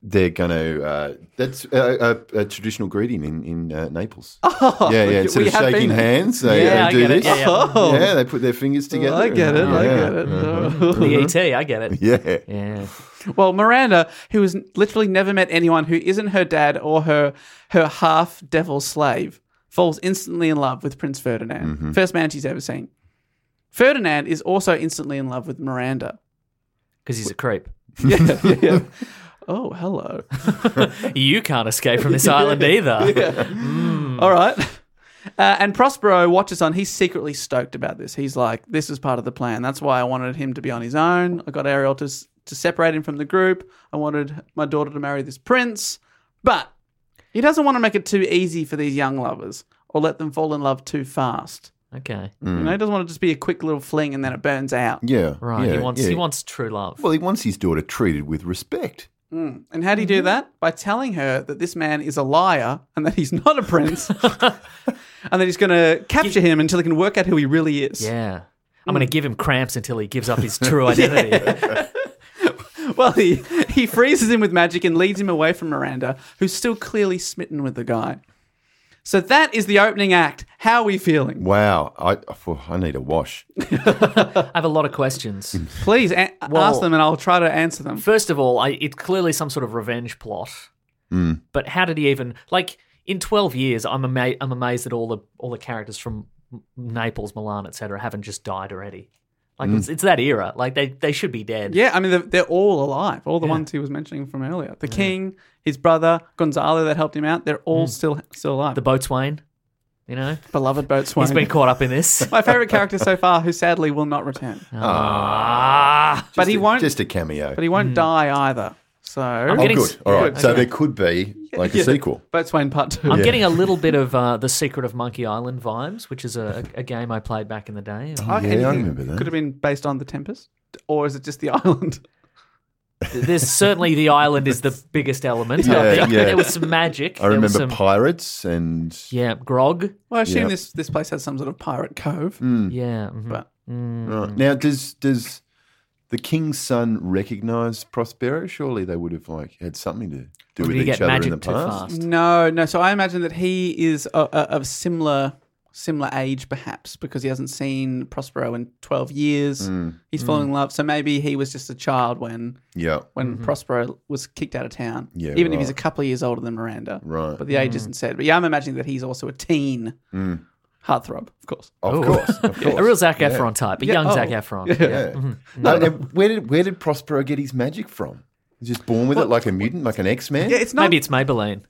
They're gonna. Uh, that's a, a, a traditional greeting in in uh, Naples. Oh, yeah, yeah. Instead
we
of
have
shaking
been-
hands, they,
Yeah,
they
I
do
get it.
this.
Yeah, yeah.
Oh.
Yeah, they put their fingers together.
I get it. I
Yeah. Uh-huh.
get it. Oh.
The ET, E I get it.
Yeah.
Yeah.
Well, Miranda, who has literally never met anyone who isn't her dad or her her half devil slave, falls instantly in love with Prince Ferdinand, first man she's ever seen. Ferdinand is also instantly in love with Miranda.
Because he's a creep.
Yeah, yeah, yeah. Oh, hello.
You can't escape from this island either.
All right. Uh, and Prospero watches on. He's secretly stoked about this. He's like, this is part of the plan. That's why I wanted him to be on his own. I got Ariel to, s- to separate him from the group. I wanted my daughter to marry this prince. But he doesn't want to make it too easy for these young lovers or let them fall in love too fast.
Okay.
Mm,
You know, he doesn't want it to just be a quick little fling and then it burns out.
Yeah.
Right.
Yeah,
he wants
yeah.
he wants true love.
Well, he wants his daughter treated with respect.
Mm. And how do you do that? By telling her that this man is a liar and that he's not a prince and that he's going to capture him until he can work out who he really is.
yeah. I'm going to give him cramps until he gives up his true identity.
Well, he, he freezes him with magic and leads him away from Miranda, who's still clearly smitten with the guy. So that is the opening act. How are we feeling?
Wow. I oh, I need a wash.
I have a lot of questions.
Please a- ask
Well-
them and I'll try to answer them.
First of all, I, it's clearly some sort of revenge plot.
Hmm.
But how did he even like in twelve years? I'm ama- I'm amazed that all the all the characters from M- Naples, Milan, etc. haven't just died already. Like
Hmm.
it's, it's that era. Like they, they should be dead.
Yeah, I mean, they're, they're all alive. All the ones he was mentioning from earlier. The king, his brother, Gonzalo that helped him out, they're all still still alive.
The
Mm. The
boatswain, you know,
beloved boatswain.
he's been caught up in this.
My favourite character so far who sadly will not return.
Ah,
But he
Just a-
won't-
Just a cameo.
But he won't die either. So,
oh,
getting
good.
s-
All right.
good.
So
Okay.
there could be like a
Yeah.
sequel.
Boatswain part 2
I'm getting a little bit of uh, the Secret of Monkey Island vibes, which is a, a game I played back in the day.
Oh,
Yeah, I
anything
remember that.
Could have been based on the Tempest, or is it just the island?
There's certainly the island is the biggest element.
Yeah,
I think.
yeah.
There was some magic.
I
there was
remember
some,
pirates and
yeah, grog.
Well, I assume
Yep.
this this place has some sort of pirate cove.
Yeah, mhm.
But
Hmm. Right. Now, does does the king's son recognize Prospero? Surely they would have like had something to do
Or
with
do you
each
get
other in
magic
the
too
past.
fast?
no, no. So I imagine that he is of a, of similar similar age, perhaps, because he hasn't seen Prospero in twelve years. He's falling in love, so maybe he was just a child when
Yeah,
when Prospero was kicked out of town.
Yeah,
even if
right.
he's a couple of years older than Miranda,
Right.
But the age isn't said. But yeah, I'm imagining that he's also a teen heartthrob, of course.
of
Ooh.
course, of course.
A real Mm-hmm. Zac Efron type, a young
oh.
Zac Efron.
Yeah. No, and where did where did Prospero get his magic from? He's just born with it, like a mutant, like an X Man.
Yeah, it's not
Maybe it's Maybelline.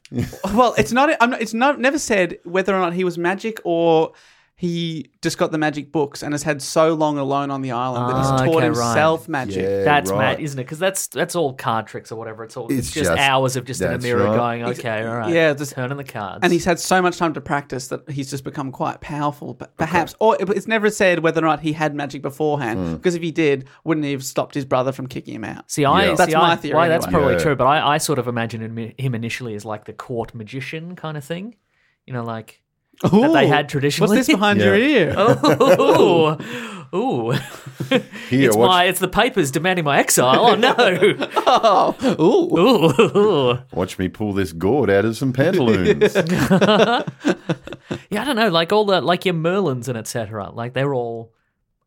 Well, it's not. I'm not it's not. Never said whether or not he was magic or he just got the magic books and has had so long alone on the island that
Ah,
he's taught
okay,
himself
Yeah,
magic.
That's
right.
mad, isn't it? Because that's that's all card tricks or whatever. It's all it's,
It's
just,
just-
hours of just in a
that's
mirror
right.
going, okay, all right,
yeah,
yeah,
just-
just turning the cards.
And he's had so much time to practice that he's just become quite powerful, but perhaps. Or it- it's never said whether or not he had magic beforehand, because if he did, wouldn't he have stopped his brother from kicking him out?
See, I
Yeah.
see,
That's
I-
my theory
Why, that's
anyway.
probably
Yeah.
true, but I, I sort of imagine him- him initially as like the court magician kind of thing, you know, like that they
Ooh.
had traditionally.
What's this behind
Yeah.
your ear?
Ooh, ooh!
Here,
it's
watch,
my it's the papers demanding my exile. Oh no!
Oh. Ooh.
Ooh,
watch me pull this gourd out of some pantaloons.
yeah, I don't know. Like all the like your Merlins and etc. Like they're all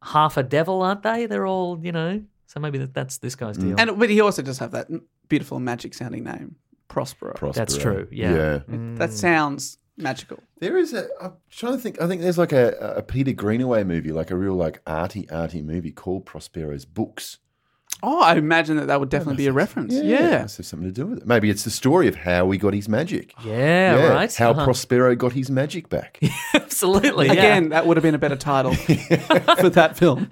half a devil, aren't they? They're all you know. So maybe that, that's this guy's deal.
And but he also does have that beautiful magic sounding name, Prospero.
That's
Prospero.
true, yeah.
that sounds magical.
There is a. I'm trying to think. I think there's like a, a Peter Greenaway movie, like a real like arty arty movie called Prospero's Books.
Oh, I imagine that that would definitely be a reference. Yeah.
It must have something to do with it. Maybe it's the story of how we got his magic.
Yeah, right.
How
Uh-huh.
Prospero got his magic back.
Absolutely. Yeah.
Again, that would have been a better title for that film.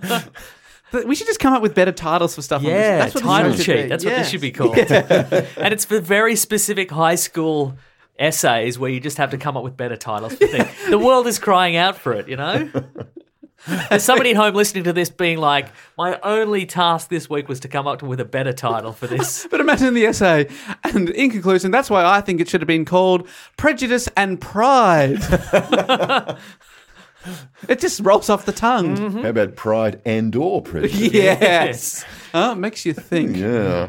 But we should just come up with better titles for stuff. on
Yeah,
this. this
title
show should
cheat.
be.
That's what
Yeah.
this should be called. and it's for very specific high school essays where you just have to come up with better titles for things. the world is crying out for it, you know? There's somebody at home listening to this being like, my only task this week was to come up with a better title for this.
But imagine the essay. And in conclusion, that's why I think it should have been called Prejudice and Pride. it just rolls off the tongue.
Mm.
How about Pride and or Prejudice?
Yes. Oh, it makes you think.
yeah.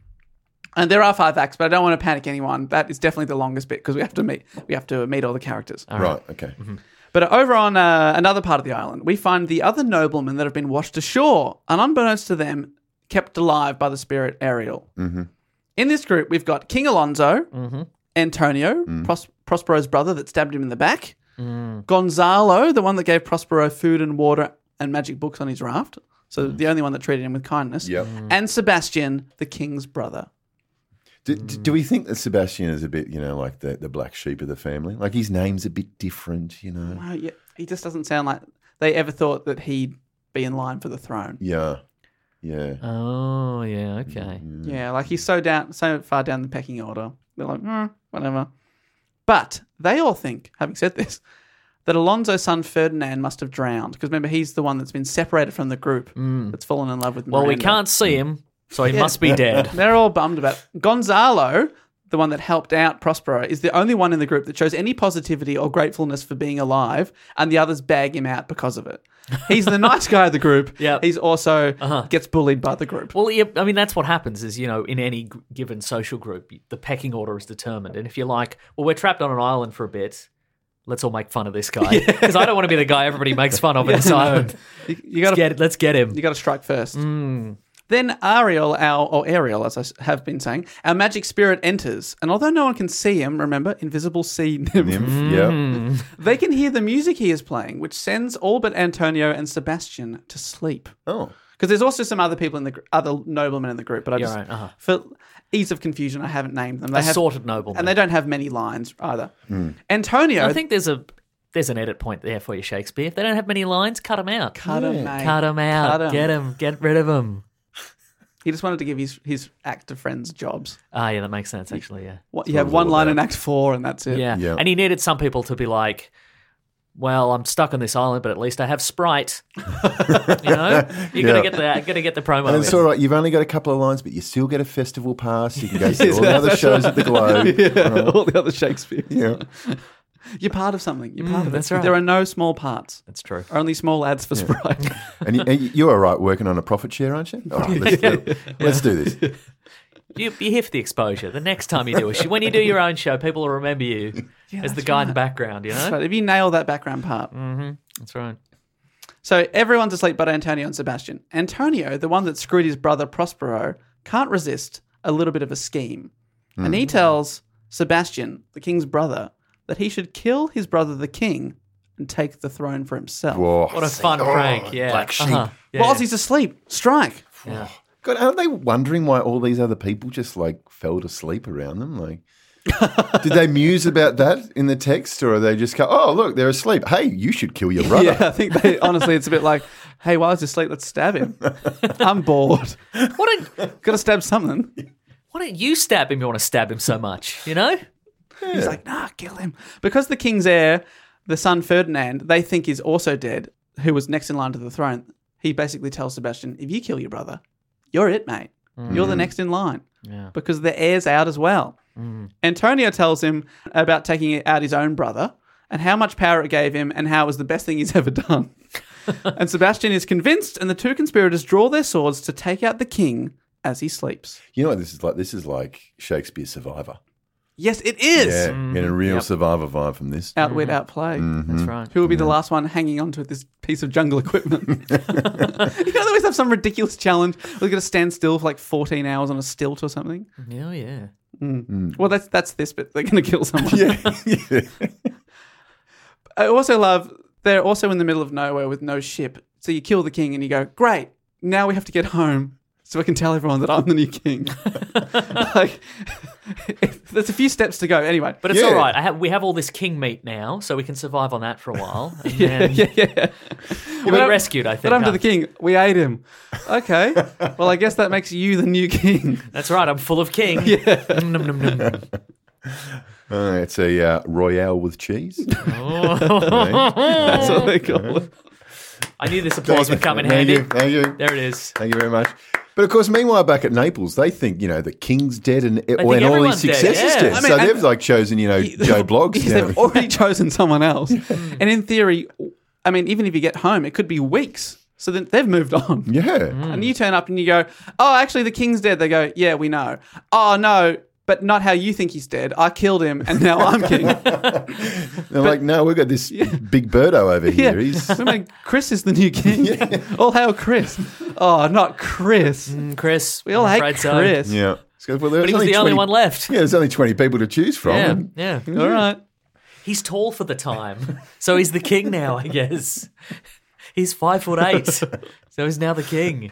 and there are five acts, but I don't want to panic anyone. That is definitely the longest bit because we have to meet we have to meet all the characters.
Right. Okay.
But over on uh, another part of the island, we find the other noblemen that have been washed ashore, and unbeknownst to them, kept alive by the spirit Ariel. Mm-hmm. In this group, we've got King Alonso, Antonio, Pros- Prospero's brother that stabbed him in the back, Gonzalo, the one that gave Prospero food and water and magic books on his raft. So the only one that treated him with kindness.
Yep.
And Sebastian, the king's brother.
Do, do do we think that Sebastian is a bit, you know, like the, the black sheep of the family? Like his name's a bit different, you know?
Oh, yeah. He just doesn't sound like they ever thought that he'd be in line for the throne.
Yeah. Yeah.
Oh, yeah, okay.
Yeah, like he's so down, so far down the pecking order. They're like, "Hmm, whatever. But they all think, having said this, that Alonso's son Ferdinand must have drowned because remember he's the one that's been separated from the group that's fallen in love with.
Mm. Well, we
Miranda.
can't see him, so he must be dead.
They're all bummed about it. Gonzalo, the one that helped out Prospero, is the only one in the group that shows any positivity or gratefulness for being alive, and the others bag him out because of it. He's the nice guy of the group.
Yep. Uh-huh.
he's also gets bullied by the group.
Well, yeah, I mean, that's what happens is, you know, in any g- given social group, the pecking order is determined. And if you're like, well, we're trapped on an island for a bit, let's all make fun of this guy. Because I don't want to be the guy everybody makes fun of in this island.
You, you
Let's
got to
get, let's get him.
You got to strike first.
Mm.
Then Ariel, our or Ariel, as I s- have been saying, our magic spirit enters, and although no one can see him, remember invisible sea nymph,
Nymph. Yeah.
they can hear the music he is playing, which sends all but Antonio and Sebastian to sleep.
Oh.
Because there's also some other people in the gr- other noblemen in the group, but I
Yeah,
just
right, uh-huh.
for ease of confusion, I haven't named them. They have,
Assorted noblemen.
and they don't have many lines either. Antonio,
Hmm. I think there's a there's an edit point there for you, Shakespeare. If they don't have many lines, cut them out.
cut him, mate.
Cut 'em out.
Cut 'em.
Get him. Get rid of him.
He just wanted to give his his actor friends jobs.
Ah, yeah, that makes sense, actually, yeah.
What, you have one line in Act Four, and that's it.
Yeah.
Yeah.
And he needed some people to be like, well, I'm stuck on this island, but at least I have Sprite. you know? You
Yeah.
gotta get the gotta get the promo.
And
in.
it's all right. You've only got a couple of lines, but you still get a festival pass. You can go see all the other shows at the Globe.
all the other Shakespeare.
Yeah.
You're part of something. You're part of it.
Mm, that's right.
There are no small parts.
That's true.
Only small ads for Sprite.
And, you, and you- you're all right working on a profit share, aren't you? All right, let's, do, let's do this.
You, you're here for the exposure. The next time you do a show, when you do your own show, people will remember you as the guy in the background. You know,
but if you nail that background part.
Mm. that's right.
So everyone's asleep but Antonio and Sebastian. Antonio, the one that screwed his brother Prospero, can't resist a little bit of a scheme. And
Mm.
he tells Sebastian, the king's brother, that he should kill his brother, the king, and take the throne for himself.
Whoa.
What a Oh, fun prank! Yeah,
Oh, Black sheep.
Uh-huh. Yeah,
Whilst he's asleep, strike.
yeah.
God, aren't they wondering why all these other people just like fell to sleep around them? Like, did they muse about that in the text, or are they just go, "Oh, look, they're asleep. Hey, you should kill your brother."
Yeah, I think they, honestly, it's a bit like, hey, while he's asleep, let's stab him. I'm bored.
What a
Gotta stab something.
why don't you stab him? You want to stab him so much, you know?
Mm-hmm.
He's like, nah, kill him. Because the king's heir, the son Ferdinand, they think is also dead, who was next in line to the throne. he basically tells Sebastian, if you kill your brother, you're it, mate. You're the next in line because the heir's out as well. Antonio tells him about taking out his own brother and how much power it gave him and how it was the best thing he's ever done. and Sebastian is convinced, and the two conspirators draw their swords to take out the king as he sleeps.
You know what this is like? This is like Shakespeare Survivor.
Yes, it is.
Yeah, in
Mm,
a real Survivor vibe from this.
Outwit, outplay.
That's right.
Who will be the last one hanging onto this piece of jungle equipment? you know, they always have some ridiculous challenge. We're going to stand still for like 14 hours on a stilt or something.
Oh yeah.
Well, that's that's this, but they're going to kill someone. I also love they're also in the middle of nowhere with no ship. So you kill the king and you go, great, now we have to get home so I can tell everyone that I'm the new king. like, there's a few steps to go. Anyway,
But it's
Yeah.
all right. I have, we have all this king meat now, so we can survive on that for a while. And then We'll
What
be
hap-
rescued, I think.
What happened to
huh?
the king? We ate him. Okay. well, I guess that makes you the new king.
That's right. I'm full of king. yeah. nom, nom, nom, nom.
Uh, it's a uh, Royale with cheese.
That's what they call it.
I knew this applause would come in
Thank
handy.
you. Thank you.
There it is.
Thank you very much. But of course, meanwhile, back at Naples, they think you know the king's dead and, and all his
everyone's dead,
successors
yeah.
dead.
I
mean,
so
and-
they've like chosen you know Joe Blogs.
Because
now.
they've already chosen someone else. and in theory, I mean, even if you get home, it could be weeks. So then they've moved on.
yeah,
Mm.
And you turn up and you go, oh, actually, the king's dead. They go, yeah, we know. Oh, no, but not how you think he's dead. I killed him and now I'm king.
they're like, no, we've got this big Birdo over
yeah.
here. He's
I mean, Chris is the new king. All hail Chris. Oh, not Chris.
Mm, Chris.
We all
I'm
hate
afraid
Chris.
so.
yeah. It's good. Well, there
But he was
only
the only one left.
Yeah, there's only twenty people to choose from.
Yeah.
And
Yeah.
All right.
He's tall for the time, so he's the king now. I guess. He's five foot eight, so he's now the king.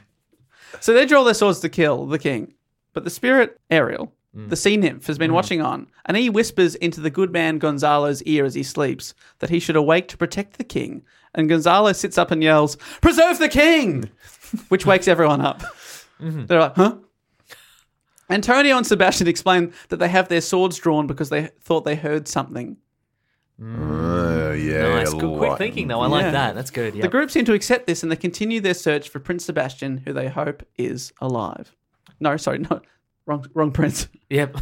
So they draw their swords to kill the king. But the spirit, Ariel, the sea nymph, has been watching on, and he whispers into the good man Gonzalo's ear as he sleeps that he should awake to protect the king. And Gonzalo sits up and yells, Preserve the king! Which wakes everyone up. They're like, Huh? Antonio and Sebastian explain that they have their swords drawn because they thought they heard something.
Oh, yeah,
Nice, good, quick
right.
thinking though. I like
Yeah.
that. That's good. Yeah.
The group seem to accept this and they continue their search for Prince Sebastian, who they hope is alive. No, sorry, no, wrong, wrong prince.
Yep.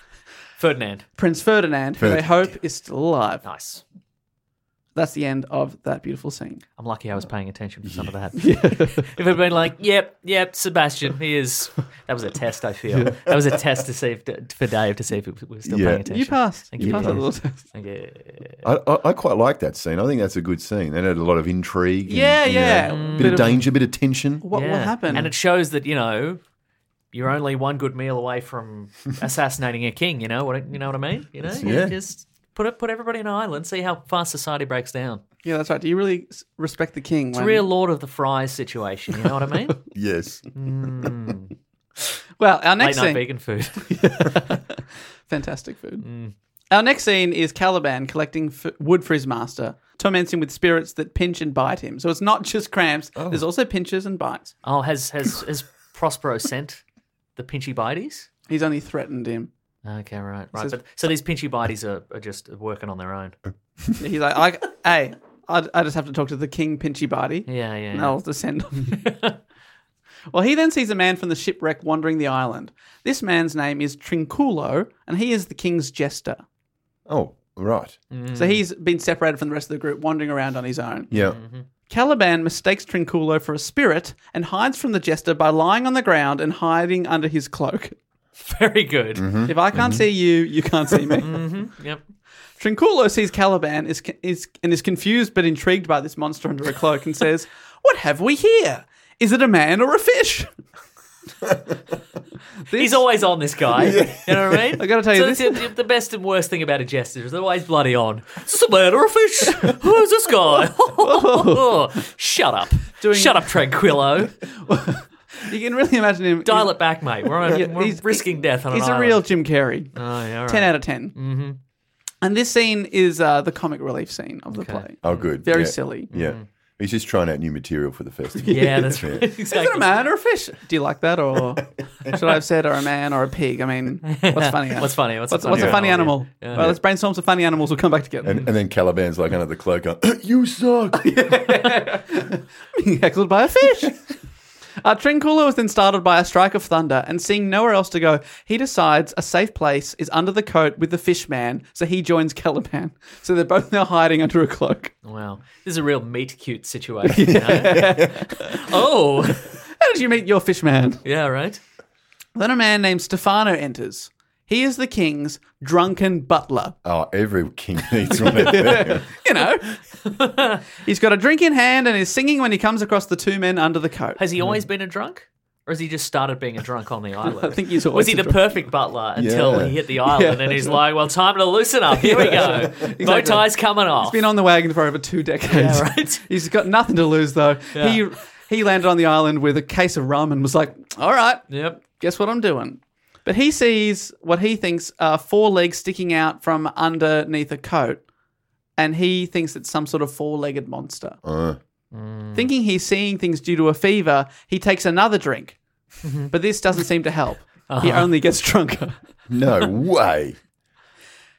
Ferdinand.
Prince Ferdinand, who they hope is still alive.
Nice.
That's the end of that beautiful scene.
I'm lucky I was paying attention to some of that. if it'd been like, yep, yep, Sebastian, he is. That was a test. I feel that was a test to see if, for Dave to see if we were still
Yeah.
paying
You
attention.
You passed.
Thank
you
you.
passed that
Yeah.
little test.
Thank you.
I, I, I quite like that scene. I think that's a good scene. They had a lot of intrigue. and,
Yeah,
you
yeah.
know,
Mm.
bit, of danger, bit of tension.
What will
Yeah.
happen?
And it shows that you know you're only one good meal away from assassinating a king. You know what? I- You know what I mean? You know,
yeah.
You just put it, put everybody in an island, see how fast society breaks down.
yeah, that's right. Do you really s- respect the king?
It's a
when-
real Lord of the Fries situation. You know what I mean?
Yes.
Well, our
Late
next
night
scene.
vegan food.
Fantastic food.
Mm.
Our next scene is Caliban collecting f- wood for his master, torments him with spirits that pinch and bite him. So it's not just cramps. There's also pinches and bites.
oh, has has has Prospero sent the pinchy bites?
He's only threatened him.
Okay, right, right.
says-
but, so these pinchy bites are, are just working on their own.
He's like, I, hey, I, I just have to talk to the king, pinchy body.
Yeah, yeah.
and I'll descend on you. well, he then sees a man from the shipwreck wandering the island. This man's name is Trinculo, and he is the king's jester.
Oh, right.
So he's been separated from the rest of the group, wandering around on his own.
Yeah.
Mm-hmm.
Caliban mistakes Trinculo for a spirit and hides from the jester by lying on the ground and hiding under his cloak.
Very good.
If I can't see you, you can't see me.
Yep.
Trinculo sees Caliban is, is, and is confused but intrigued by this monster under a cloak and says, What have we here? Is it a man or a fish?
He's always on this guy. You know what I mean?
I gotta tell you
So
this-
The, the best and worst thing about a jester is they're always bloody on. Is this a man or a fish? Who's this guy? Shut up.
Doing-
Shut up, Tranquillo.
You can really imagine him.
Dial it back, mate. We're, on,
Yeah,
we're risking death on
He's
an
a
island.
real Jim Carrey.
Oh, yeah, all
ten
right.
out of 10 Mm-hmm. And this scene is uh, the comic relief scene of the play.
Oh, good.
Very
Yeah.
silly.
Yeah. He's just trying out new material for the festival.
Mm. Yeah, that's right.
Is it a
Exactly.
man or a fish? Do you like that, or should I have said, or a man or a pig? I mean, what's funny?
What's funny?
What's,
What's a
what's,
funny
a funny
animal?
animal? Well, let's brainstorm some funny animals. We'll come back together.
And, and then Caliban's like under the cloak, going, "Uh, "You suck."
being heckled by a fish. Uh, Trinkula was then startled by a strike of thunder, and seeing nowhere else to go, he decides a safe place is under the coat with the fish man, so he joins Caliban. So they're both now hiding under a cloak.
Wow, this is a real meat cute situation. You know? oh,
How did you meet your fish man?
yeah, right.
Then a man named Stefano enters. He is the king's drunken butler.
oh, every king needs one of them.
You know, he's got a drink in hand and is singing when he comes across the two men under the coat.
Has he always been a drunk? Or has he just started being a drunk on the island?
I think he's always
was he
a
the
drunk.
perfect butler until
Yeah.
he hit the island and he's like, "Well, time to loosen up. Here we go. Bow tie's coming off."
He's been on the wagon for over two decades.
Yeah, right.
He's got nothing to lose though. He he landed on the island with a case of rum and was like, "All right,
yep.
guess what I'm doing." But he sees what he thinks are four legs sticking out from underneath a coat, and he thinks it's some sort of four-legged monster.
Uh,
Mm.
Thinking he's seeing things due to a fever, he takes another drink,
Mm-hmm.
but this doesn't seem to help.
Uh-huh.
He only gets drunker.
no way.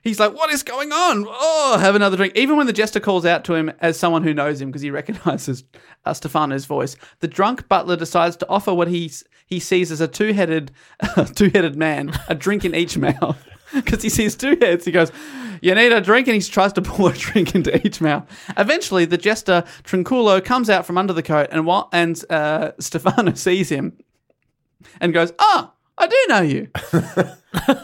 He's like, "What is going on?" Oh, have another drink. Even when the jester calls out to him as someone who knows him because he recognizes uh, Stefano's voice, the drunk butler decides to offer what he s- he sees as a two-headed two-headed man, a drink in each mouth, because he sees two heads. He goes, "You need a drink," and he tries to pour a drink into each mouth. Eventually, the jester Trinculo comes out from under the coat, and while, and uh, Stefano sees him and goes, "Ah, I do know you."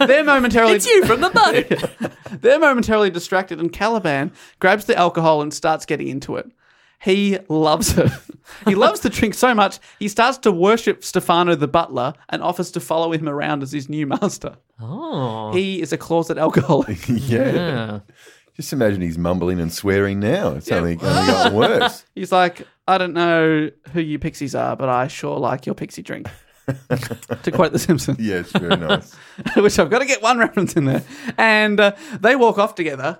They're momentarily
It's you from the boat.
they're momentarily distracted, and Caliban grabs the alcohol and starts getting into it. He loves it. he loves the drink so much, he starts to worship Stefano the butler and offers to follow him around as his new master.
Oh,
He is a closet alcoholic.
Yeah.
yeah.
Just imagine he's mumbling and swearing now. It's only, only gotten worse.
He's like, I don't know who you pixies are, but I sure like your pixie drink. to quote The Simpsons.
Yeah, it's very nice.
which I've got to get one reference in there. And uh, they walk off together.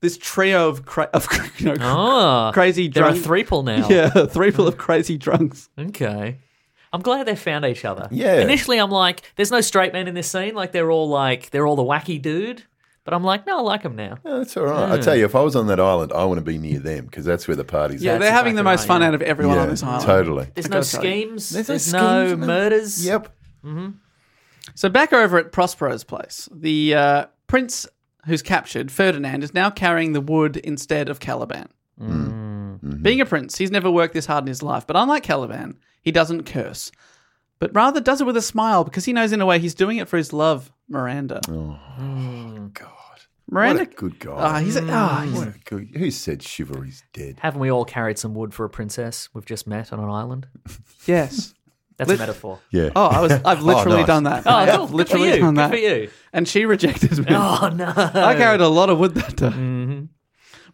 This trio of cra- of you know,
Ah,
crazy
There
drunk.
are threeple now.
Yeah, three full of crazy drunks.
Okay. I'm glad they found each other.
Yeah.
Initially, I'm like, there's no straight men in this scene. Like they're all like they're all the wacky dude. But I'm like, no, I like him now.
No, that's all right. I tell you, if I was on that island, I want to be near them because that's where the party's
Yeah,
at.
they're having the
exactly
most
right,
fun
yeah.
out of everyone on this island.
Totally.
There's no
gotta tell you.
schemes. There's,
no
no
schemes, no-
murders.
Yep.
So back over at Prospero's place, the uh, prince who's captured, Ferdinand, is now carrying the wood instead of Caliban.
Mm.
Being a prince, he's never worked this hard in his life, but unlike Caliban, he doesn't curse, but rather does it with a smile because he knows in a way he's doing it for his love, Miranda.
Oh,
God.
Miranda,
what a good guy.
Ah, he's Oh. Mm. a, ah, he's-
What a good- who said chivalry's dead?
Haven't we all carried some wood for a princess we've just met on an island?
yes.
That's
Lit-
a metaphor.
Yeah.
Oh, I was, I've literally
nice.
done that.
Oh,
I have
cool.
literally
good for you.
done that.
Good for you.
And she rejected me.
Oh no. Mm-hmm.
I carried a lot of wood that day.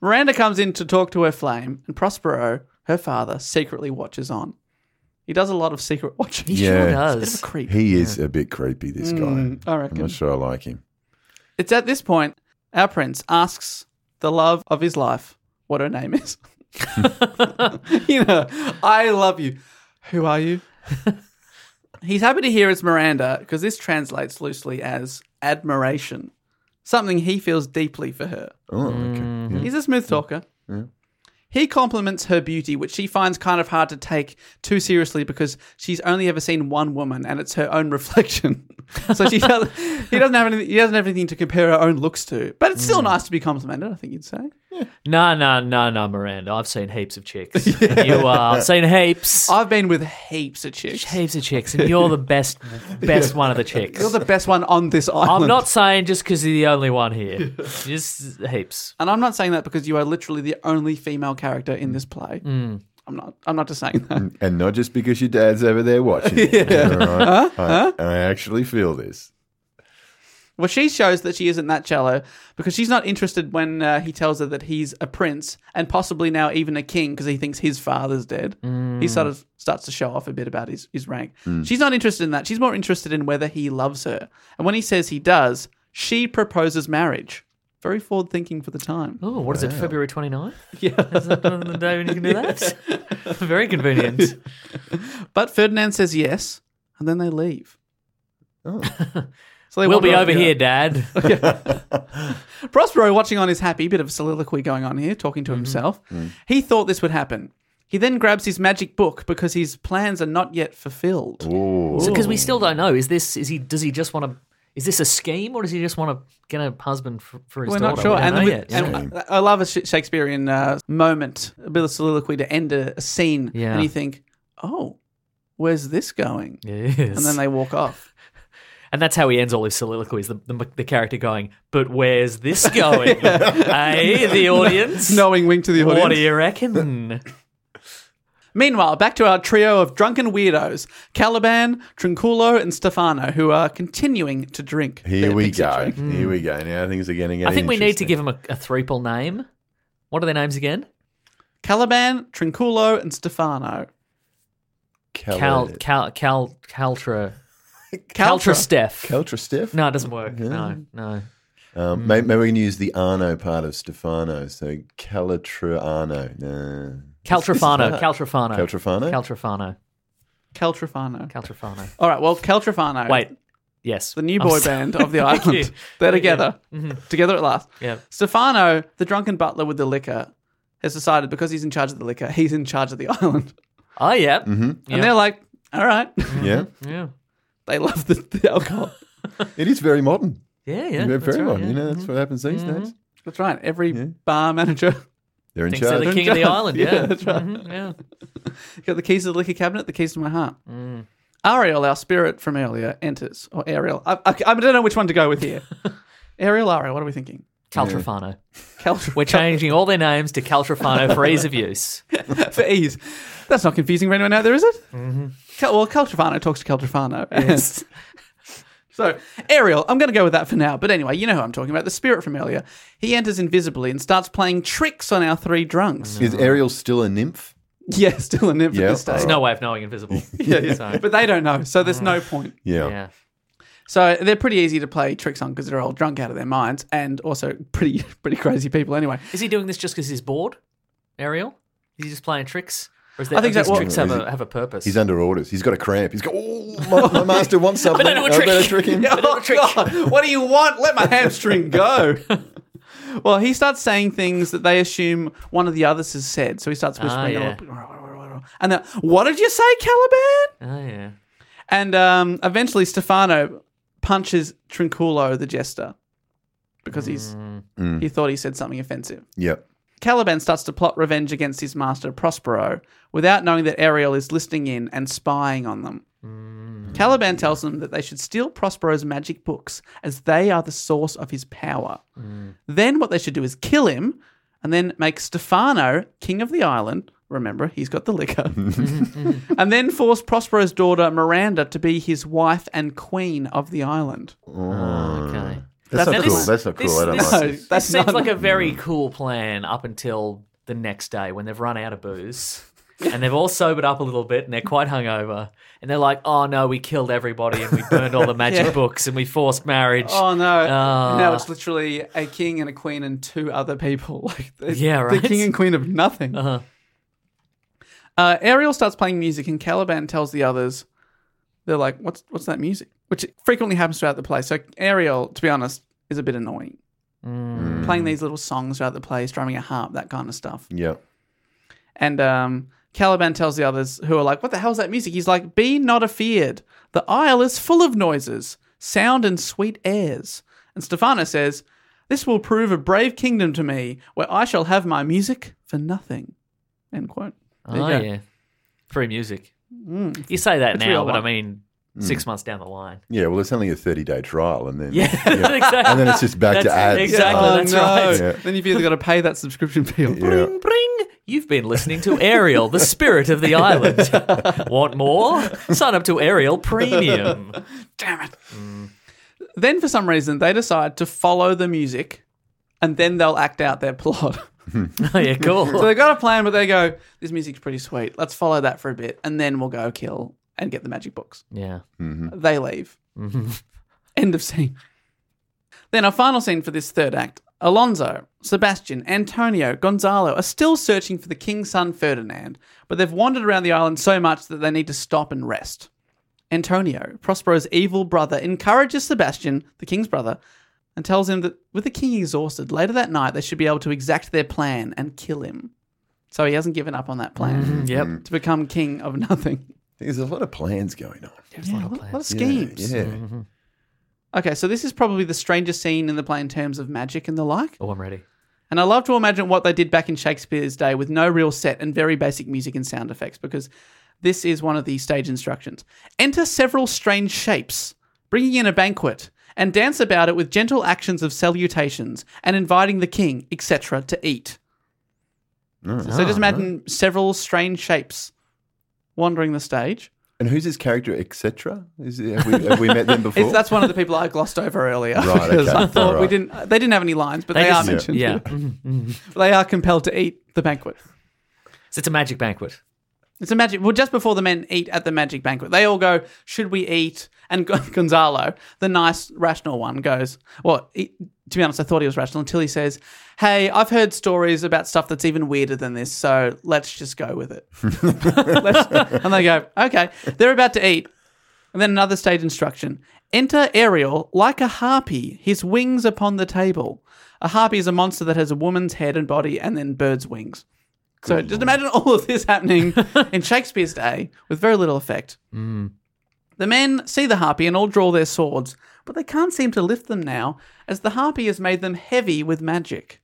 Miranda comes in to talk to her flame, and Prospero, her father, secretly watches on. He does a lot of secret watching.
He sure
He's a
Yeah.
bit of
does.
a creep.
He is a bit creepy, this
Mm.
guy.
I
I'm
reckon.
not sure I like him.
It's at this point our prince asks the love of his life what her name is. you know, I love you. Who are you? He's happy to hear it's Miranda because this translates loosely as admiration, something he feels deeply for her.
Oh,
Mm.
okay.
He's a smooth talker. He compliments her beauty, which she finds kind of hard to take too seriously because she's only ever seen one woman, and it's her own reflection. so she does, he doesn't have anything. He doesn't have anything to compare her own looks to. But it's still
Mm.
nice to be complimented. I think you'd say.
No, no, no, no, Miranda. I've seen heaps of chicks. You are. I've seen heaps.
I've been with heaps of chicks.
Heaps of chicks, and you're the best, best one of the chicks.
You're the best one on this island.
I'm not saying just because you're the only one here. just heaps.
and I'm not saying that because you are literally the only female character
Mm.
in this play. I'm not. I'm not just saying that.
And not just because your dad's over there watching. it. All right? I, I actually feel this.
Well, she shows that she isn't that shallow because she's not interested when uh, he tells her that he's a prince and possibly now even a king because he thinks his father's dead.
Mm.
He sort of starts to show off a bit about his, his rank. She's not interested in that. She's more interested in whether he loves her. And when he says he does, she proposes marriage. Very forward thinking for the time.
Oh, what is it, February 29th? Yeah. Is that the day when you can do that? Very convenient.
But Ferdinand says yes, and then they leave.
Oh.
So they
we'll be
wander
over
off-
here, Dad.
Prospero, watching on, is happy. Bit of a soliloquy going on here, talking to
Mm-hmm.
himself.
Mm.
He thought this would happen. He then grabs his magic book because his plans are not yet fulfilled.
Ooh.
Because we still don't know. Is this, is he, does he just want to, is this a scheme or does he just want to get a husband for, for his
We're
daughter?
not sure.
We don't
And,
know
with-
yet.
and I I love a Sh- Shakespearean uh, moment, a bit of soliloquy to end a, a scene.
Yeah.
And you think, oh, where's this going?
Yes.
And then they walk off.
And that's how he ends all his soliloquies. The, the, the character going, but where's this going? hey, the audience.
Knowing wink to the audience.
What do you reckon?
Meanwhile, back to our trio of drunken weirdos Caliban, Trinculo, and Stefano, who are continuing to drink.
Here
their
we
pixie
go.
drink.
Here we go. Now things are getting.
Mm. I think we need to give him a, a threeple name. What are their names again?
Caliban, Trinculo, and Stefano.
Cal,
Caltra
Cal, Cal, Caltra. Caltra Steph.
Steph.
No, it doesn't work. No, no.
Um, may- maybe, we can use the Arno part of Stefano. So Calatra Arno. No.
Caltrafano. Caltrafano.
Caltrafano?
Caltrafano.
Caltrafano.
Caltrafano.
All right, well, Caltrafano.
Wait. Yes.
The new
I'm
boy
so-
band of the
Thank
island.
you. Mm-hmm.
They're together. Together at last.
Yeah.
Stefano, the drunken butler with the liquor, has decided because he's in charge of the liquor, he's in charge of the island.
Oh, yeah. Yeah.
And they're like, all right.
Yeah.
Yeah.
they love the, the alcohol.
It is very modern.
Yeah, yeah.
very
that's right,
modern.
yeah. Mm-hmm.
You know, that's what happens these days.
That's right. Every bar manager
They're in
Thinks they're
charge.
the king of the
Jones.
island.
Yeah,
Yeah.
that's right.
Mhm, yeah.
got the keys to the liquor cabinet, the keys to my heart.
Mm.
Ariel, our spirit from earlier, enters. Or Ariel. I, I, I don't know which one to go with here. Ariel, Ariel, what are we thinking?
Caltrafano.
Caltra-
We're changing all their names to Caltrafano for ease of use.
for ease. That's not confusing for anyone out there, is it? Mm-hmm. Cal- well, Caltrafano talks to Caltrafano. Yes. so, Ariel, I'm going to go with that for now. But anyway, you know who I'm talking about, the spirit from earlier. He enters invisibly and starts playing tricks on our three drunks.
Is Ariel still a nymph?
Yeah, still a nymph
Mm-hmm. Yeah,
at this stage.
There's no way of knowing invisible.
Yeah, yeah.
So,
But they don't know, so there's no point.
Yeah.
yeah.
So they're pretty easy to play tricks on because they're all drunk out of their minds and also pretty pretty crazy people anyway.
Is he doing this just because he's bored, Ariel? Is he just playing tricks? Or is there,
I think
do these
that- well-
tricks have a, have a purpose?
He's under orders. He's got a cramp. He's got. Oh, my, my master wants something.
better do a
I better
trick."
trick him.
Oh, God. What do you want? Let my hamstring go. well, he starts saying things that they assume one of the others has said. So he starts whispering. "Oh,
yeah.
And then, what did you say, Caliban?
oh, yeah.
And um, eventually, Stefano punches Trinculo, the jester, because he's he thought he said something offensive.
Yep.
Caliban starts to plot revenge against his master Prospero without knowing that Ariel is listening in and spying on them. Caliban tells them that they should steal Prospero's magic books as they are the source of his power. Then what they should do is kill him and then make Stefano king of the island. Remember, he's got the liquor. and then force Prospero's daughter Miranda to be his wife and queen of the island. Uh,
Okay.
That's,
That's- Now
not
this-
cool. That's not cool. I don't
this,
like
No,
this.
that's
this seems
not-
like a very cool plan up until the next day when they've run out of booze. and they've all sobered up a little bit and they're quite hungover. And they're like, oh no, we killed everybody and we burned all the magic books and we forced marriage.
Oh no!
Ah.
Now it's literally a king and a queen and two other people. Like it's
Yeah, right.
The king and queen of nothing.
Uh-huh.
Uh, Ariel starts playing music, and Caliban tells the others. They're like, "What's what's that music?" Which frequently happens throughout the play. So Ariel, to be honest, is a bit annoying.
Mm.
Playing these little songs throughout the play, strumming a harp, that kind of stuff.
Yep.
And um, Caliban tells the others who are like, What the hell's that music? He's like, Be not afeared. The isle is full of noises, sound and sweet airs. And Stefano says, This will prove a brave kingdom to me, where I shall have my music for nothing. End quote. There you
Oh,
go. Mm.
yeah. Free music. You say that now,
real
but I
life.
mean,
Mm.
six months down the line.
Yeah. Well, it's only a thirty-day trial, and then
exactly.
and then it's just back to
That's-
ads. Um,
exactly,
Like,
that's right.
Yeah.
Oh, Then you've either got to pay that subscription fee or
yeah.
Bring, bring. You've been listening to Ariel, the spirit of the island. Want more? Sign up to Ariel Premium.
damn it. Then for some reason, they decide to follow the music and then they'll act out their plot.
Oh, yeah, cool.
So they've got a plan, but they go, this music's pretty sweet. Let's follow that for a bit, and then we'll go kill and get the magic books.
yeah.
Mm-hmm. They leave. End of scene. Then our final scene for this third act Alonso, Sebastian, Antonio, Gonzalo are still searching for the king's son Ferdinand, but they've wandered around the island so much that they need to stop and rest. Antonio, Prospero's evil brother, encourages Sebastian, the king's brother, and tells him that with the king exhausted, later that night they should be able to exact their plan and kill him. So he hasn't given up on that plan
Yep.
to become king of nothing.
There's a lot of plans going on.
Yeah, a, lot, a lot of schemes.
Yeah.
Okay, so this is probably the strangest scene in the play in terms of magic and the like.
Oh, I'm ready.
And I love to imagine what they did back in Shakespeare's day with no real set and very basic music and sound effects because this is one of the stage instructions. Enter several strange shapes, bringing in a banquet, and dance about it with gentle actions of salutations and inviting the king, etc., to eat. so just imagine several strange shapes wandering the stage.
And who's his character, etc.? Is it- Have we, have we met them before?
It's, that's one of the people I glossed over earlier.
Right,
because
okay.
I thought we
Alright.
didn't. They didn't have any lines, but they, are
just-
mentioned.
Yeah. Mm-hmm.
they are compelled to eat the banquet.
So it's a magic banquet.
It's a magic. Well, just before the men eat at the magic banquet, they all go, "Should we eat?" And Gon- Gonzalo, the nice, rational one, goes, "Well, he, to be honest, I thought he was rational until he says." Hey, I've heard stories about stuff that's even weirder than this, so let's just go with it. Let's- and they go, okay, they're about to eat. And then another stage instruction. Enter Ariel like a harpy, his wings upon the table. A harpy is a monster that has a woman's head and body and then bird's wings. So just imagine all of this happening in Shakespeare's day with very little effect.
Mm.
The men see the harpy and all draw their swords, but they can't seem to lift them now as the harpy has made them heavy with magic.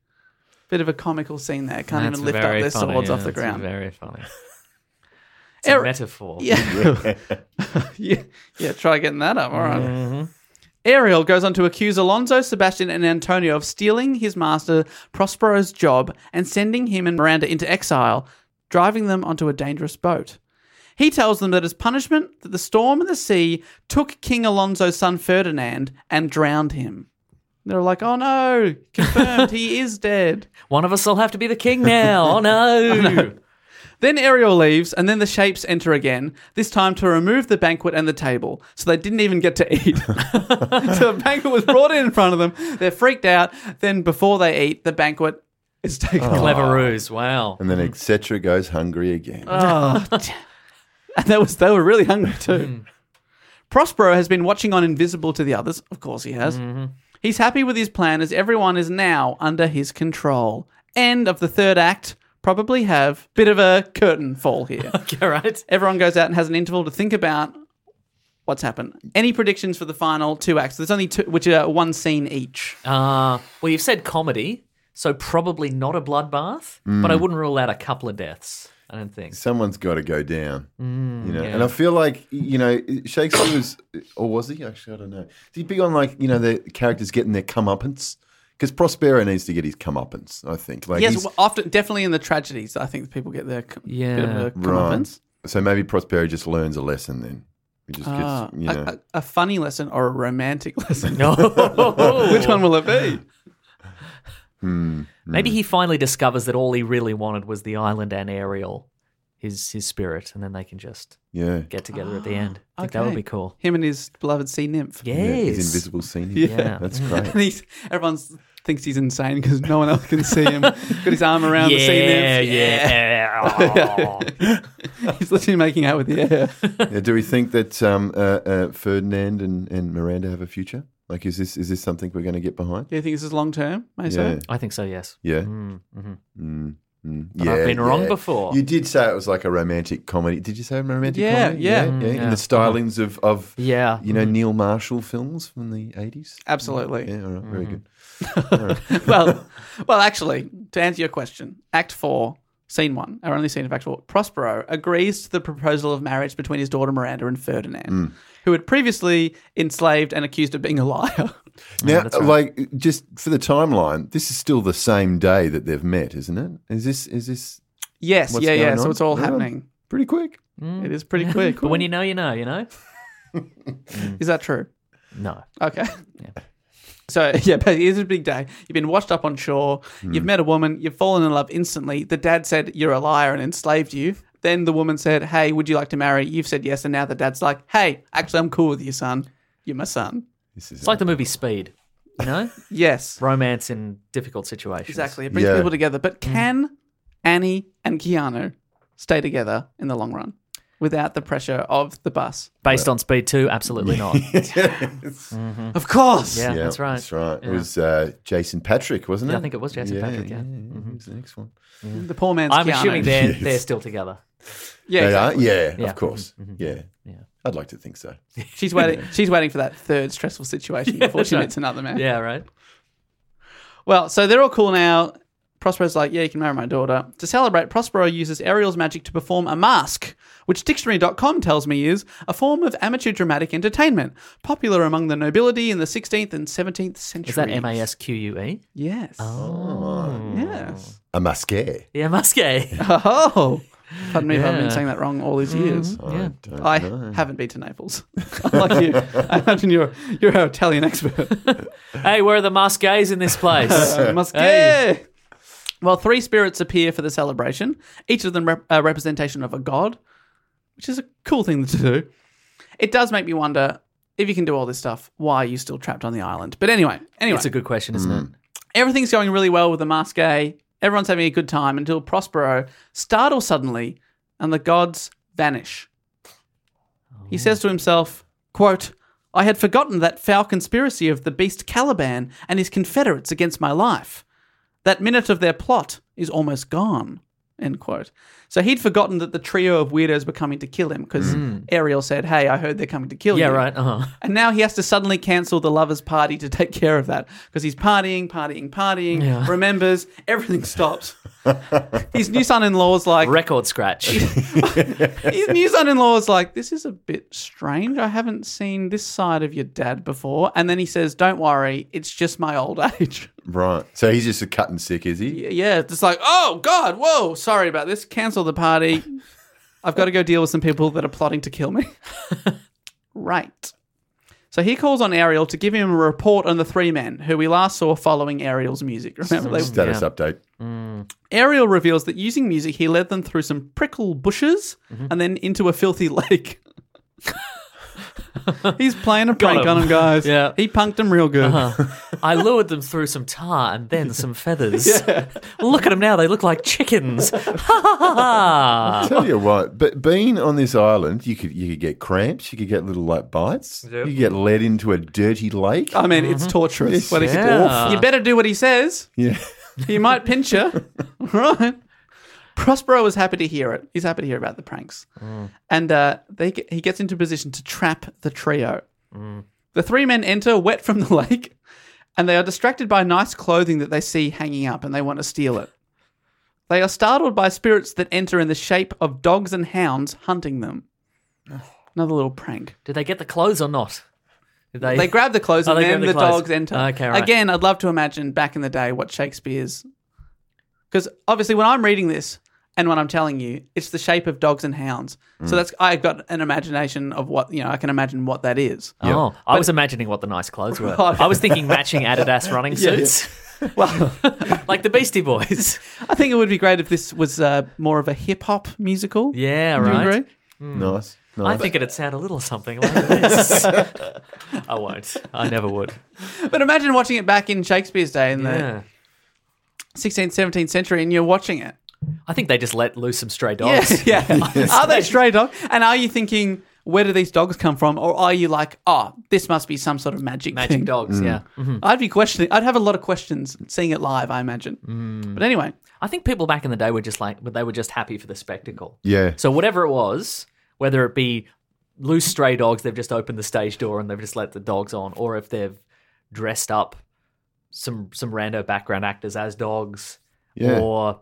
Bit of a comical scene there. Can't
That's
even lift up
very
their
funny,
swords
yeah,
off the
that's
ground.
Very funny. It's a
Eric-
metaphor.
Yeah. yeah. Yeah, try getting that up. All right. Ariel goes on to accuse Alonso, Sebastian, and Antonio of stealing his master Prospero's job and sending him and Miranda into exile, driving them onto a dangerous boat. He tells them that as punishment, that the storm and the sea took King Alonso's son Ferdinand and drowned him. They're like, oh no, confirmed, he is dead.
One of us will have to be the king now. Oh no.
Then Ariel leaves, and then the shapes enter again, this time to remove the banquet and the table, so they didn't even get to eat. so the banquet was brought in in front of them. They're freaked out. Then, before they eat, the banquet is taken away.
Clever ruse. Wow.
and then etc. goes hungry again.
And that was, they were really hungry too. Prospero has been watching on invisible to the others. Of course, he has. He's happy with his plan as everyone is now under his control. End of the third act. Probably have bit of a curtain fall here.
All right.
Everyone goes out and has an interval to think about what's happened. Any predictions for the final two acts? There's only two, which are one scene each.
Uh, well, you've said comedy, so probably not a bloodbath,
Mm.
but I wouldn't rule out a couple of deaths. I don't think.
Someone's got to go down,
Mm,
you know. And I feel like you know Shakespeare was, or was he actually? I don't know. Is he big on like you know the characters getting their comeuppance? Because Prospero needs to get his comeuppance. I think. Like
yes,
he's-
well, often definitely in the tragedies, I think people get their com-
Yeah.
bit of a comeuppance.
So maybe Prospero just learns a lesson then. He just gets,
Ah,
you
a-
know.
a, a funny lesson or a romantic lesson.
No.
Which one will it be?
Maybe
Mm.
he finally discovers that all he really wanted was the island and Ariel, his his spirit, and then they can just
yeah.
get together at the end. I think that
Okay.
would be cool.
Him and his beloved sea nymph.
Yes.
Yeah, His invisible scene.
Yeah.
That's
Mm.
great.
And he's, everyone thinks he's insane because no one else can see him. Got his arm around the sea
yeah,
nymph.
yeah.
He's literally making out with the air.
Yeah, do we think that um, uh, uh, Ferdinand and, and Miranda have a future? Like, is this is this something we're going to get behind?
Do you think this is long term, Mesa?
Yeah.
I think so. Yes.
Yeah.
Mm, mhm.
Mm, mm.
But I've been wrong before.
You did say it was like a romantic comedy. Did you say a romantic
Yeah,
comedy?
yeah.
yeah,
Mm,
In
yeah. Mm-hmm.
the stylings of, of
Yeah.
you know, Neil Marshall films from the 80s?
Absolutely.
Yeah, all right, very good.
Mm-hmm.
well, well, actually, to answer your question, Act Four, Scene One, our only scene of Act Four, Prospero agrees to the proposal of marriage between his daughter Miranda and Ferdinand,
Mm.
who had previously enslaved and accused of being a liar.
Now, like, just for the timeline, this is still the same day that they've met, isn't it? Is this, is this
yes,
What's
yeah, yeah.
going
So
on?
it's all
Yeah.
happening.
pretty quick?
It is pretty quick.
Mm. But when you know, you know. You know.
is that true?
No.
Okay. So yeah, but it is a big day. You've been washed up on shore.
Hmm.
You've met a woman. You've fallen in love instantly. The dad said you're a liar and enslaved you. Then the woman said, "Hey, would you like to marry?" You've said yes, and now the dad's like, "Hey, actually, I'm cool with you, son. You're my son."
This is
It's like the movie Speed. You know,
Yes.
romance in difficult situations.
Exactly. It brings
Yeah.
people together. But
Hmm.
can Annie and Keanu stay together in the long run without the pressure of the bus?
Based on Speed Two, absolutely not. yeah, Hmm.
Of course.
that's right.
That's right. It was uh, Jason Patrick, wasn't it?
Yeah, I think it was Jason Patrick, yeah. Mm-hmm.
He was the next one.
The poor man's
I'm
Keanu.
assuming they're
Yes.
they're still together.
Yeah.
They
exactly.
are? Yeah,
Yeah. Mm-hmm.
of course. Yeah.
Yeah.
I'd like to think so.
She's waiting. She's waiting for that third stressful situation before she
right.
meets another man.
Yeah, right.
Well, so they're all cool now. Prospero's like, yeah, you can marry my daughter. To celebrate, Prospero uses Ariel's magic to perform a mask, which dictionary.com tells me is a form of amateur dramatic entertainment, popular among the nobility in the 16th and 17th centuries.
Is that M A S Q U E?
Yes. Oh. Yes.
A masquer.
Yeah, Musquet.
Oh. Pardon me if I've
Yeah. Mm-hmm.
been saying that wrong all these years.
Yeah.
Don't
I
know.
haven't been to Naples. like you. I imagine you're, you're our Italian expert.
hey, where are the Musquets in this place?
Must
Hey.
Yeah. Well, three spirits appear for the celebration, each of them rep- a representation of a god, which is a cool thing to do. It does make me wonder if you can do all this stuff, why are you still trapped on the island? But anyway, anyway,
It's a good question, isn't
Hmm.
it?
everything's going really well with the masque. Everyone's having a good time until Prospero startles suddenly and the gods vanish. He says to himself, quote, I had forgotten that foul conspiracy of the beast Caliban and his confederates against my life. That minute of their plot is almost gone. End quote. So he'd forgotten that the trio of weirdos were coming to kill him because Ariel said, Hey, I heard they're coming to kill
Mm. Yeah,
you.
right. Uh-huh.
And now he has to suddenly cancel the lovers' party to take care of that because he's partying, partying, partying,
Yeah.
remembers, everything stops. his new son in law's like,
Record scratch.
his new son in law's like, this is a bit strange. I haven't seen this side of your dad before. And then he says, don't worry, it's just my old age.
Right. So he's just a cut and sick, is he?
yeah, it's just like, oh, God, whoa, sorry about this. Cancel the party. I've got to go deal with some people that are plotting to kill me. right. So he calls on Ariel to give him a report on the three men who we last saw following Ariel's music. Remember, they,
Status update.
Ariel reveals that using music, he led them through some prickle bushes
Mm-hmm.
and then into a filthy lake. He's playing a prank
him.
on them, guys.
Yeah. Uh-huh.
He punked them real good.
I lured them through some tar and then some feathers. Look at them now; they look like chickens. Ha ha ha!
Tell you what, but being on this island, you could you could get cramps, you could get little like bites, you could get led into a dirty lake.
Um,
I mean,
Uh-huh.
it's torturous.
It's
what he-
awful.
You better do what he says.
yeah.
He might pinch her. right. Prospero was happy to hear it. He's happy to hear about the pranks. And uh, they get, he gets into position to trap the trio. The three men enter wet from the lake and they are distracted by nice clothing that they see hanging up and they want to steal it. They are startled by spirits that enter in the shape of dogs and hounds hunting them. Another little prank.
Did they get the clothes or not? Did they?
They grab the clothes
Oh,
and
they
then the,
grab the clothes.
dogs enter.
Okay, right.
Again, I'd love to imagine back in the day what Shakespeare's. Because obviously, when I'm reading this and when I'm telling you, it's the shape of dogs and hounds.
Mm.
So that's I've got an imagination of what you know. I can imagine what that is.
Oh, I was imagining what the nice clothes were. I was thinking matching Adidas running suits,
Well,
like the Beastie Boys.
I think it would be great if this was uh, more of a hip hop musical.
Yeah,
Do you
right.
agree?
Nice.
hmm. I
Nice.
think it'd sound a little something like this. I won't. I never would.
But imagine watching it back in Shakespeare's day in
Yeah.
the 16th, 17th century, and you're watching it.
I think they just let loose some stray
Yeah,
dogs.
yeah. are they stray dogs? And are you thinking, where do these dogs come from? Or are you like, oh, this must be some sort of magic
Magic
thing?
dogs, yeah. Mm-hmm.
I'd be questioning. I'd have a lot of questions seeing it live, I imagine. But anyway,
I think people back in the day were just like, but they were just happy for the spectacle.
yeah.
So whatever it was, whether it be loose stray dogs, they've just opened the stage door and they've just let the dogs on, or if they've dressed up some some rando background actors as dogs,
Yeah.
or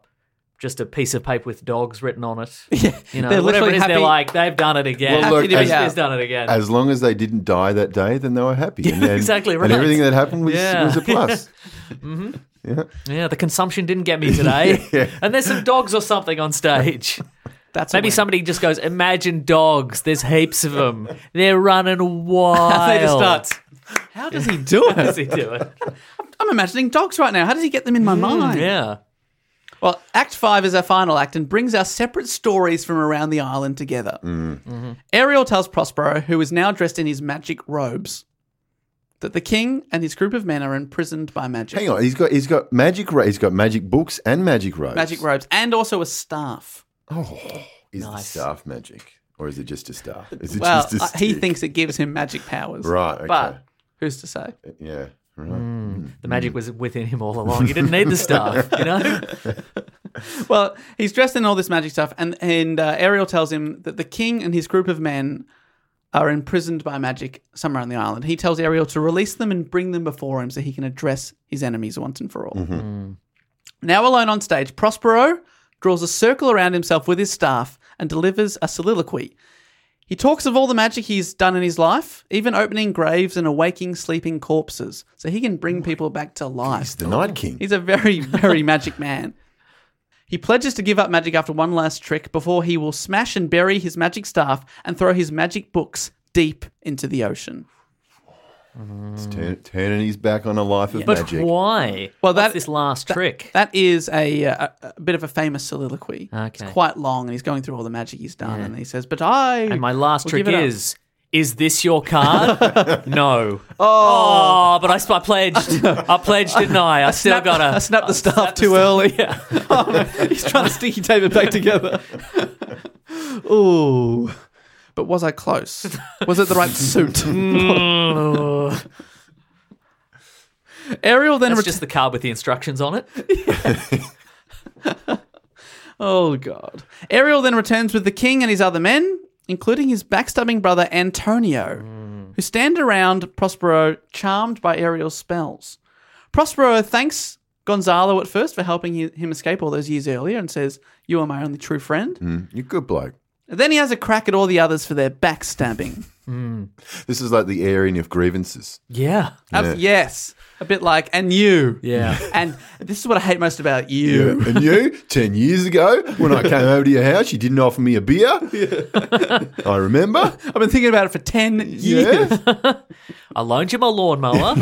just a piece of paper with dogs written on it. You know,
They're
whatever
literally
it is, they're
happy-
like, they've done it again.
Well, look, Happy to be
Shakespeare's
out.
done it again.
As long as they didn't die that day, then they were happy. and then-
exactly right.
And everything that happened was,
Yeah.
was a plus.
yeah, the consumption didn't get me today. And there's some dogs or something on stage.
that's a
Maybe
win.
somebody just goes, imagine dogs. There's heaps of them. They're running wild.
They just start. How does he do
How does
it?
he do it?
I'm imagining dogs right now. How does he get them in my mind?
Yeah.
Well, Act 5 is our final act and brings our separate stories from around the island together. Ariel tells Prospero, who is now dressed in his magic robes, that the king and his group of men are imprisoned by magic.
Hang on, he's got he's got magic. Ro- he's got magic books and magic robes.
Magic robes and also a staff.
Is the
Nice.
staff magic, or is it just a staff? Is it
Well,
just a
uh, he
stick?
thinks it gives him magic powers.
Right, okay.
But who's to say?
Yeah. Right.
The
Mm.
magic was within him all along. He didn't need the staff, you know?
Well, he's dressed in all this magic stuff, and and uh, Ariel tells him that the king and his group of men are imprisoned by magic somewhere on the island. He tells Ariel to release them and bring them before him so he can address his enemies once and for all.
Mm-hmm.
Now alone on stage, Prospero draws a circle around himself with his staff and delivers a soliloquy. He talks of all the magic he's done in his life, even opening graves and awaking sleeping corpses, so he can bring people back to life.
He's the Night King.
He's a very, very magic man. He pledges to give up magic after one last trick before he will smash and bury his magic staff and throw his magic books deep into the ocean.
He's turn, turning his back on a life of
But
magic.
why?
Well,
What's
that-
this last trick.
That is a, uh, a, a bit of a famous soliloquy.
Okay.
It's quite long, and he's going through all the magic he's done, and he says, "But I
and my last
will
trick
give it up."
is is this your card? no. Oh, but I, sp- I pledged. I pledged, didn't I? I, still
Snap-
got
I
to.
snapped the staff too early. Oh, he's trying to sticky tape it back together. Ooh. But was I close? Was it the right suit? Mm. Ariel then
That's
returns.
just the card with the instructions on it.
Oh god. Ariel then returns with the king and his other men, including his backstabbing brother Antonio, who stand around Prospero charmed by Ariel's spells. Prospero thanks Gonzalo at first for helping hi- him escape all those years earlier and says, "You are my only true friend."
Mm.
Mm, You're a good bloke.
And then he has a crack at all the others for their backstabbing.
This is like the airing of grievances.
Yeah.
Ab- Yes, a bit like and you.
Yeah.
And this is what I hate most about you.
And you, 10 years ago, when I came over to your house, you didn't offer me a beer. I remember.
I've been thinking about it for 10 years.
Yeah.
I loaned you my lawnmower,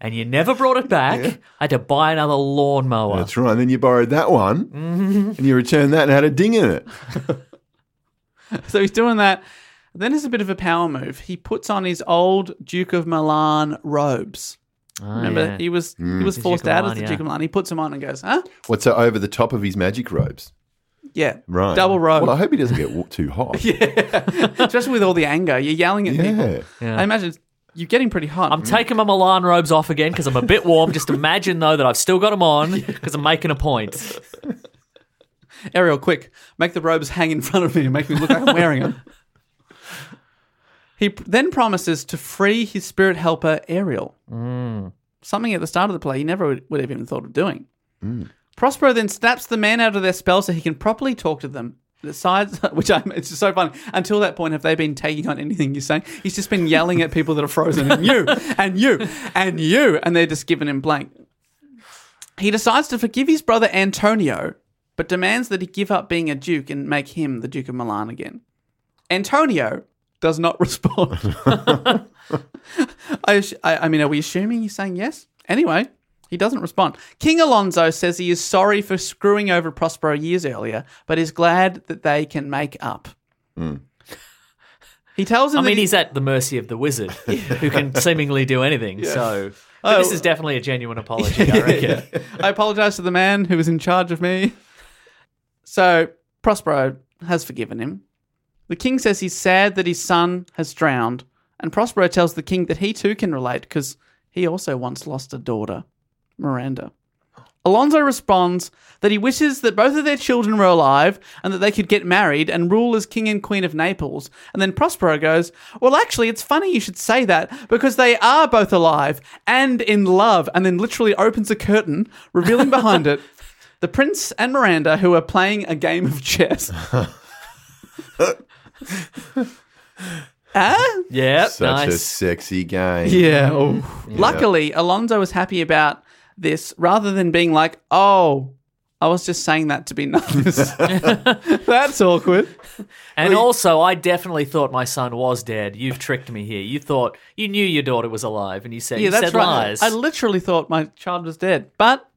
and you never brought it back. I had to buy another lawnmower.
That's right. And then you borrowed that one and you returned that and had a ding in it.
So he's doing that. Then there's a bit of a power move. He puts on his old Duke of Milan robes.
Oh,
Remember,
yeah.
he was
Mm.
he was
He's
forced
Duke of
out
Milan,
as the
yeah.
Duke of Milan. He puts them on and goes, huh?
What's so over the top of his magic robes?
Yeah,
Right.
double robe.
Well, I hope he doesn't get w- too hot. yeah.
Especially with all the anger, you're yelling at people.
Yeah.
I imagine you're getting pretty hot.
I'm taking my Milan robes off again because I'm a bit warm. Just imagine though that I've still got them on because I'm making a point.
Ariel, quick, make the robes hang in front of me and make me look like I'm wearing them. He p- then promises to free his spirit helper, Ariel. Something at the start of the play he never would, would have even thought of doing. Prospero then snaps the man out of their spell so he can properly talk to them. Besides, which I, it's just so funny. Until that point, have they been taking on anything you're saying? He's just been yelling at people that are frozen, and you, and you, and you, and they're just giving him blank. He decides to forgive his brother Antonio, but demands that he give up being a duke and make him the Duke of Milan again. Antonio does not respond. I, ass- I, I mean, are we assuming he's saying yes? Anyway, he doesn't respond. King Alonso says he is sorry for screwing over Prospero years earlier, but is glad that they can make up. He tells him
Hmm. I
that
mean,
he-
he's at the mercy of the wizard, who can seemingly do anything. So,
Oh.
but this is definitely a genuine apology. I reckon.
I apologize to the man who was in charge of me. So Prospero has forgiven him. The king says he's sad that his son has drowned, and Prospero tells the king that he too can relate because he also once lost a daughter, Miranda. Alonso responds that he wishes that both of their children were alive and that they could get married and rule as king and queen of Naples. And then Prospero goes, Well, actually, it's funny you should say that because they are both alive and in love. And then literally opens a curtain, revealing behind it the prince and Miranda, who are playing a game of chess. Huh?
Yeah,
Such a
nice.
sexy game.
Yeah. Luckily, Alonso was happy about this rather than being like, oh, I was just saying that to be nice. That's awkward.
And also, I definitely thought my son was dead. You've tricked me here. You thought you knew your daughter was alive, and you said
Yeah,
you
that's
said
right.
lies.
I literally thought my child was dead, but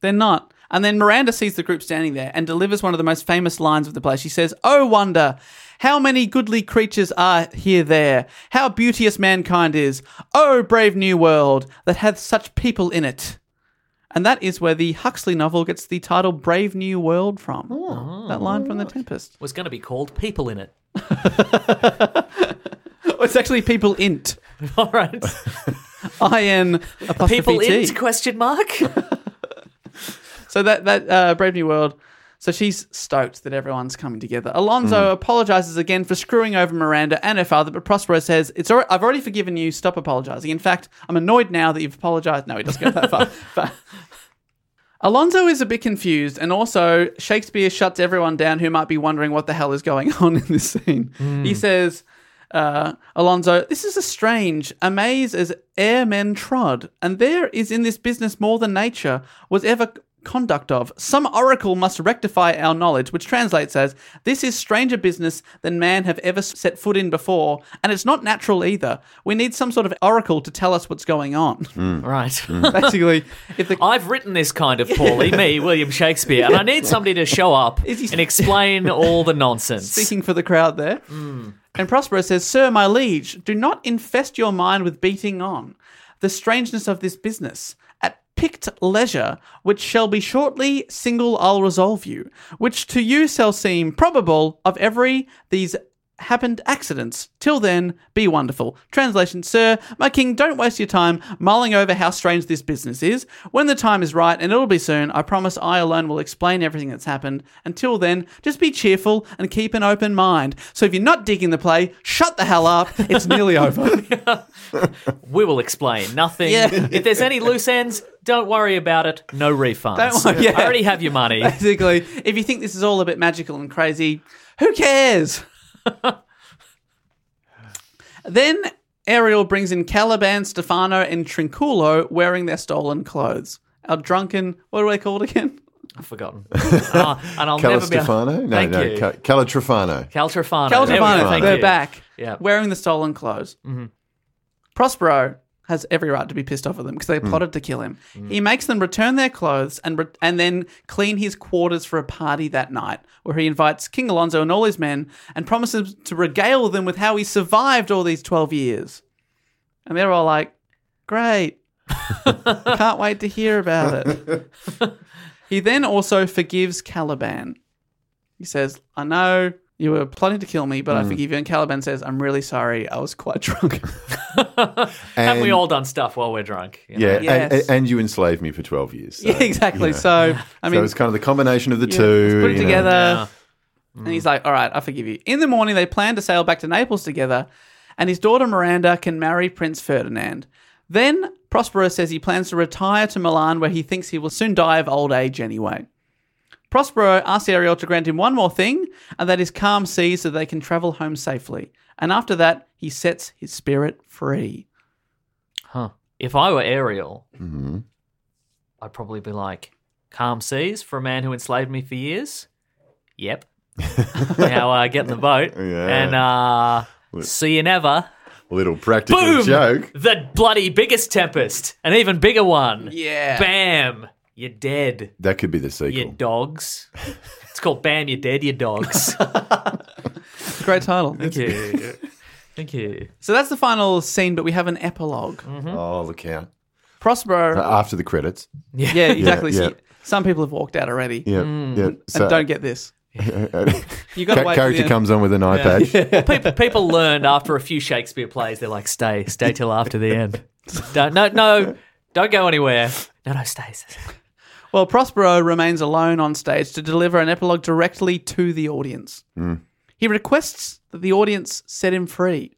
they're not. And then Miranda sees the group standing there and delivers one of the most famous lines of the play. She says, Oh, wonder, how many goodly creatures are here there, how beauteous mankind is, oh, brave new world that hath such people in it. And that is where the Huxley novel gets the title Brave New World from.
Oh.
that line from The Tempest.
was going to be called People in It.
Oh, it's actually People Int.
All right.
I N apostrophe
People
T.
in question mark.
So that that uh, Brave New World. So she's stoked that everyone's coming together. Alonso apologizes again for screwing over Miranda and her father, but Prospero says, "It's all right, I've already forgiven you. Stop apologizing. In fact, I'm annoyed now that you've apologized." No, he doesn't go that far. But Alonso is a bit confused, and also Shakespeare shuts everyone down who might be wondering what the hell is going on in this scene. He says, uh, Alonso, this is a strange, a maze as airmen trod, and there is in this business more than nature was ever conduct of. Some oracle must rectify our knowledge, which translates as, this is stranger business than man have ever set foot in before, and it's not natural either. We need some sort of oracle to tell us what's going on.
right.
Basically, if the
I've written this kind of poorly, me, William Shakespeare, and I need somebody to show up
he-
and explain all the nonsense.
speaking for the crowd there. And Prospero says, Sir, my liege, do not infest your mind with beating on the strangeness of this business. At picked leisure, which shall be shortly single, I'll resolve you, which to you shall seem probable of every these happened accidents. Till then, be wonderful. Translation, sir, my king, don't waste your time mulling over how strange this business is. When the time is right, and it'll be soon, I promise I alone will explain everything that's happened. Until then, just be cheerful and keep an open mind. So if you're not digging the play, shut the hell up. It's nearly over.
we will explain nothing.
Yeah.
If there's any loose ends, don't worry about it. No refunds.
Don't worry- yeah.
I already have your money.
Basically, if you think this is all a bit magical and crazy, who cares? then Ariel brings in Caliban, Stefano, and Trinculo wearing their stolen clothes. Our drunken, what are they called again?
I've forgotten. Ah, and I'll
Cala
never be.
Stefano? No,
Thank
no.
you.
Ca- Cala Trefano.
Caltrafano. There we go.
Caliban,
Thank
they're
you.
back,
Yeah.
wearing the stolen clothes. Prospero has every right to be pissed off at them because
Mm.
they plotted to kill him. He makes them return their clothes and re- and then clean his quarters for a party that night, where he invites King Alonso and all his men and promises to regale them with how he survived all these twelve years. And they're all like, "Great, can't wait to hear about it." he then also forgives Caliban. He says, "I know." You were plotting to kill me, but I forgive you. And Caliban says, I'm really sorry. I was quite drunk.
Have we
And-
all done stuff while we're drunk? you know?
Yeah,
Yes.
and, and you enslaved me for 12 years. So,
yeah, exactly. So, I
I
mean,
so it's kind of the combination of the
yeah,
two.
let's put it
you know.
together.
Yeah.
And he's like, all right, I forgive you. In the morning, they plan to sail back to Naples together, and his daughter Miranda can marry Prince Ferdinand. Then Prospero says he plans to retire to Milan, where he thinks he will soon die of old age anyway. Prospero asks Ariel to grant him one more thing, and that is calm seas so they can travel home safely. And after that, he sets his spirit free.
Huh. If I were Ariel,
Mm-hmm.
I'd probably be like, calm seas for a man who enslaved me for years? Yep. now uh, get in the boat
Yeah.
and uh, see you never.
Little practical
Boom!
joke.
The bloody biggest tempest. An even bigger one.
Yeah.
Bam. You're dead,
That could be the
you
sequel.
dogs. It's called Bam, You're Dead, You Dogs.
It's a great title.
Thank you. Thank you.
so that's the final scene, but we have an epilog
Oh, look out.
Prospero.
After the credits.
yeah, exactly.
Ah, yeah.
So some people have walked out already.
Yeah. yeah.
Mm. and
So, uh,
don't get this. You got to
Ca-
wait.
character
for the end.
comes on with an eye patch.
people, people learned after a few Shakespeare plays, they're like, stay, stay till after the end. Don't, no, no, don't go anywhere. No, no, stay. stay.
Well, Prospero remains alone on stage to deliver an epilogue directly to the audience.
Mm.
He requests that the audience set him free.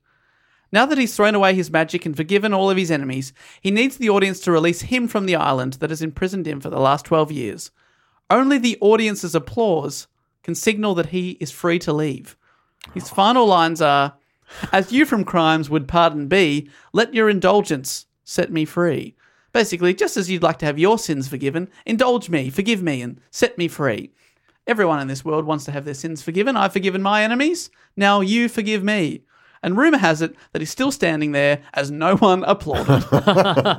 Now that he's thrown away his magic and forgiven all of his enemies, he needs the audience to release him from the island that has imprisoned him for the last 12 years. Only the audience's applause can signal that he is free to leave. His final lines are As you from crimes would pardon be, let your indulgence set me free. Basically, just as you'd like to have your sins forgiven, indulge me, forgive me, and set me free. Everyone in this world wants to have their sins forgiven. I've forgiven my enemies. Now you forgive me. and rumor has it that he's still standing there as no one applauded.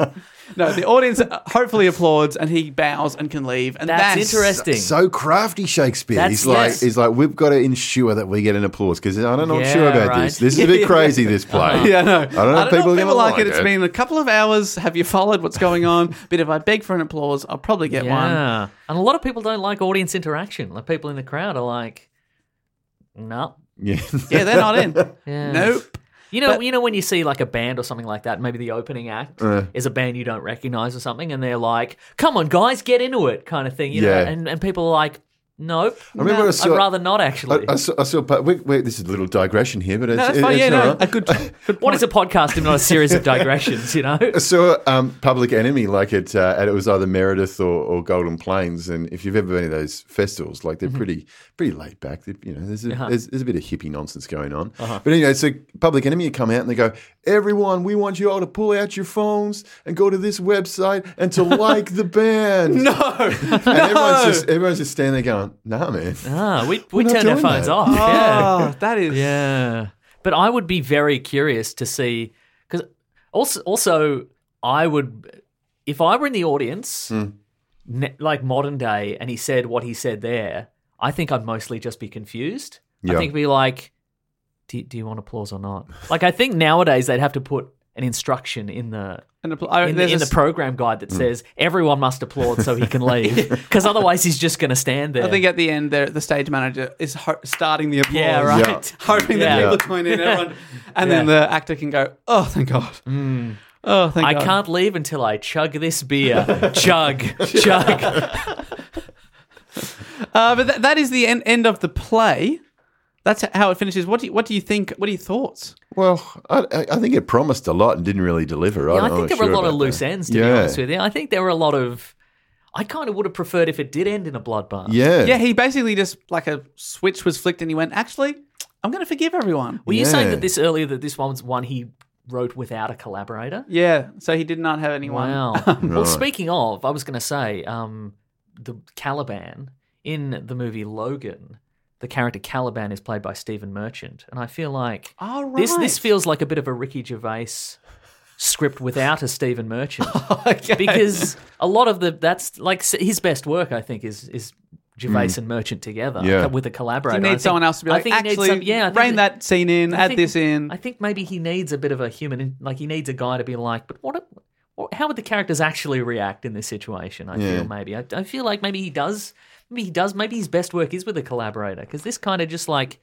no, the audience uh, hopefully applauds and he bows and can leave. And
That's,
that's,
interesting.
So crafty, Shakespeare.
That's-
he's like,
yes.
he's like, we've got to ensure that we get an applause because I don't know. I'm
Yeah,
sure about
right.
this. This is a bit crazy. This play.
Uh-huh. Yeah, no.
I don't know. if people, are
if
gonna
people like
like
it. It's been a couple of hours. Have you followed what's going on? but if I beg for an applause, I'll probably get one.
Yeah. And a lot of people don't like audience interaction. Like people in the crowd are like, no.
Yeah.
Yeah, they're not in.
Yeah.
Nope.
You know, you know when you see like a band or something like that, maybe the opening act
Uh.
is a band you don't recognize or something, and they're like, "Come on, guys, get into it," kind of thing. You
Yeah.
know, and, and people are like, "Nope,
remember I
would
saw-
rather not actually."
I, I saw. I saw but wait, wait, this is a little digression here, but it's,
No, that's
it-
fine.
it's
Yeah,
all
no.
right.
A good, good
what is a podcast if not a series of digressions? You know,
I saw um, Public Enemy, like it, uh, and it was either Meredith or, or Golden Plains. And if you've ever been to those festivals, like
Mm-hmm.
they're pretty pretty laid back. They, you know, there's a,
Uh-huh.
there's, there's a bit of hippie nonsense going on. But anyway, so Public Enemy had come out and they go, "Everyone, we want you all to pull out your phones and go to this website and to like the band." No,
Oh,
and everyone's just everyone's just standing there going, "Nah, man."
ah, we we
We're not
turned our
doing
phones
that.
off. Yeah.
Oh, that is.
Yeah. But I would be very curious to see because also also I would if I were in the audience
Hmm.
ne- like modern day and he said what he said there, I think I'd mostly just be confused. I
Yeah.
think be like, do, do you want applause or not? Like I think nowadays they'd have to put an instruction in the
And appl- I-
in, the,
there's Hmm.
in the
a s-
program guide that says everyone must applaud so he can leave because otherwise he's just going to stand there.
I think at the end, there, the stage manager is ho- starting the applause.
Yeah, right.
Hoping that
Yeah.
people join in, everyone. And then the actor can go, oh, thank God. Oh, thank
Mm. I
God.
can't leave until I chug this beer. chug, chug.
Uh, but th- that is the end, end of the play. That's how it finishes. What do you, what do you think? What are your thoughts?
Well, I, I- I think it promised a lot and didn't really deliver.
Yeah,
I,
I think there were a lot of loose ends, to be
Yeah.
honest with you. I think there were a lot of. I kind of would have preferred if it did end in a bloodbath.
Yeah,
Yeah, he basically just like a switch was flicked and he went, actually, I'm going to forgive everyone.
Were you saying
Yeah.
that this earlier that this one's one he wrote without a collaborator?
Yeah, so he did not have anyone.
Wow. well, speaking of, I was going to say um, the Caliban in the movie Logan. The character Caliban is played by Stephen Merchant, and I feel like
Oh,
this this
right.
feels like a bit of a Ricky Gervais script without a Stephen Merchant. because a lot of the that's like s- his best work I think is is Gervais and Merchant together
Mm. Yeah.
with a collaborator.
He
I
needs
think-
someone else to be
I
like,
think he needs
actually,
some- yeah, I think
rein that scene in,
I
add
think-
this in.
I think maybe he needs a bit of a human, in- like he needs a guy to be like, but what? what- How would the characters actually react in this situation? I
Yeah.
feel maybe I, I feel like maybe he does, maybe he does, maybe his best work is with a collaborator because this kind of just like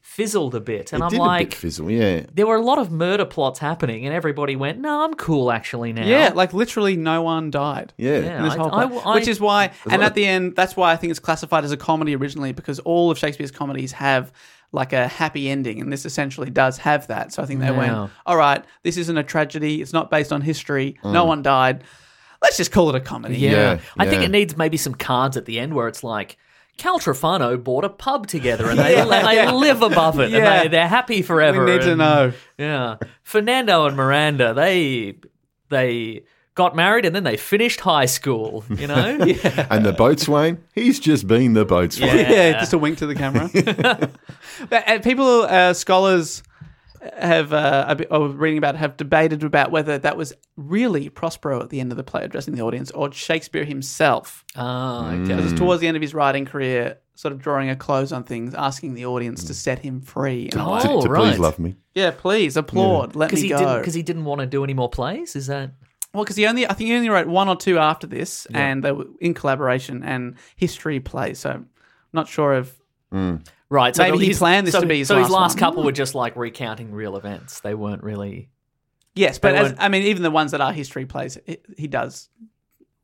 fizzled a bit, and
It
I'm
did a
like,
bit fizzle. Yeah,
there were a lot of murder plots happening, and everybody went, "No, I'm cool actually now."
yeah, like literally no one died.
yeah.
Yeah.
in this
I-
whole
I-
play.
I-
which is why, and
lot
at
of-
the end, that's why I think it's classified as a comedy originally because all of Shakespeare's comedies have like a happy ending, and this essentially does have that. So I think they
Yeah.
went, all right, this isn't a tragedy. It's not based on history. No one died. Let's just call it a comedy.
Yeah.
Yeah,
I think
yeah.
it needs maybe some cards at the end where it's like, Cal Trefano bought a pub together and they, they live above it
Yeah.
and they, they're happy forever.
We need to
and-
know.
Yeah. Fernando and Miranda, they they got married and then they finished high school, you know? yeah.
And the boatswain, he's just been the boatswain.
Yeah. just a wink to the camera. but, uh, people, uh, scholars have, uh, I be- I was reading about, it, have debated about whether that was really Prospero at the end of the play addressing the audience or Shakespeare himself.
Oh,
It
okay.
was towards the end of his writing career, sort of drawing a close on things, asking the audience to set him free. And I'm like,
To,
Oh,
to
right.
please love me.
yeah, please applaud. Let
Because
me
he
go.
didn't because he didn't want to do any more plays? Is that
Well, because he only, I think he only wrote one or two after this, and they were in collaboration and history plays. So, I'm not sure if
Mm.
Right, so
Maybe he
his-
planned this
so,
to be his
so his
last
last
one.
couple were just like recounting real events. They weren't really
yes, but
They
as,
weren't-
I mean, even the ones that are history plays, he, he does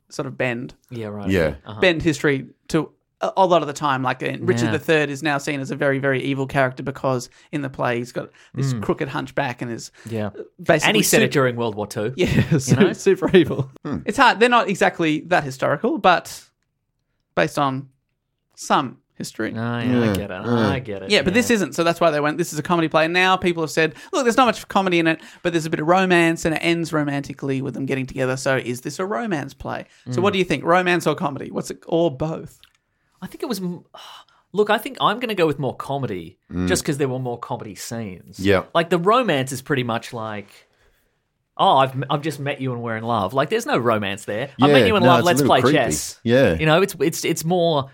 sort of bend
Yeah, right. Uh-huh.
Yeah.
bend history to a, a lot of the time. Like uh, Richard
Yeah.
III is now seen as a very, very evil character because in the play he's got this crooked hunchback and is
Yeah.
basically
And he said
super-
it during World War Two.
Yeah, su-
know?
super evil. It's hard. They're not exactly that historical, but based on some history.
Oh, yeah, I get it. I get it.
Yeah, but this isn't. So that's why they went. This is a comedy play. And now people have said, look, there's not much comedy in it, but there's a bit of romance, and it ends romantically with them getting together. So is this a romance play? So what do you think, romance or comedy? What's it or both?
I think it was. m- Look, I think I'm going to go with more comedy just because there were more comedy scenes.
Mm. Yeah.
Like the romance is pretty much like, oh, I've, I've just met you and we're in love. Like there's no romance there. I
Yeah,
met you in
no,
love.
it's a
Let's
little
play
creepy.
chess.
Yeah.
You know, it's it's it's more.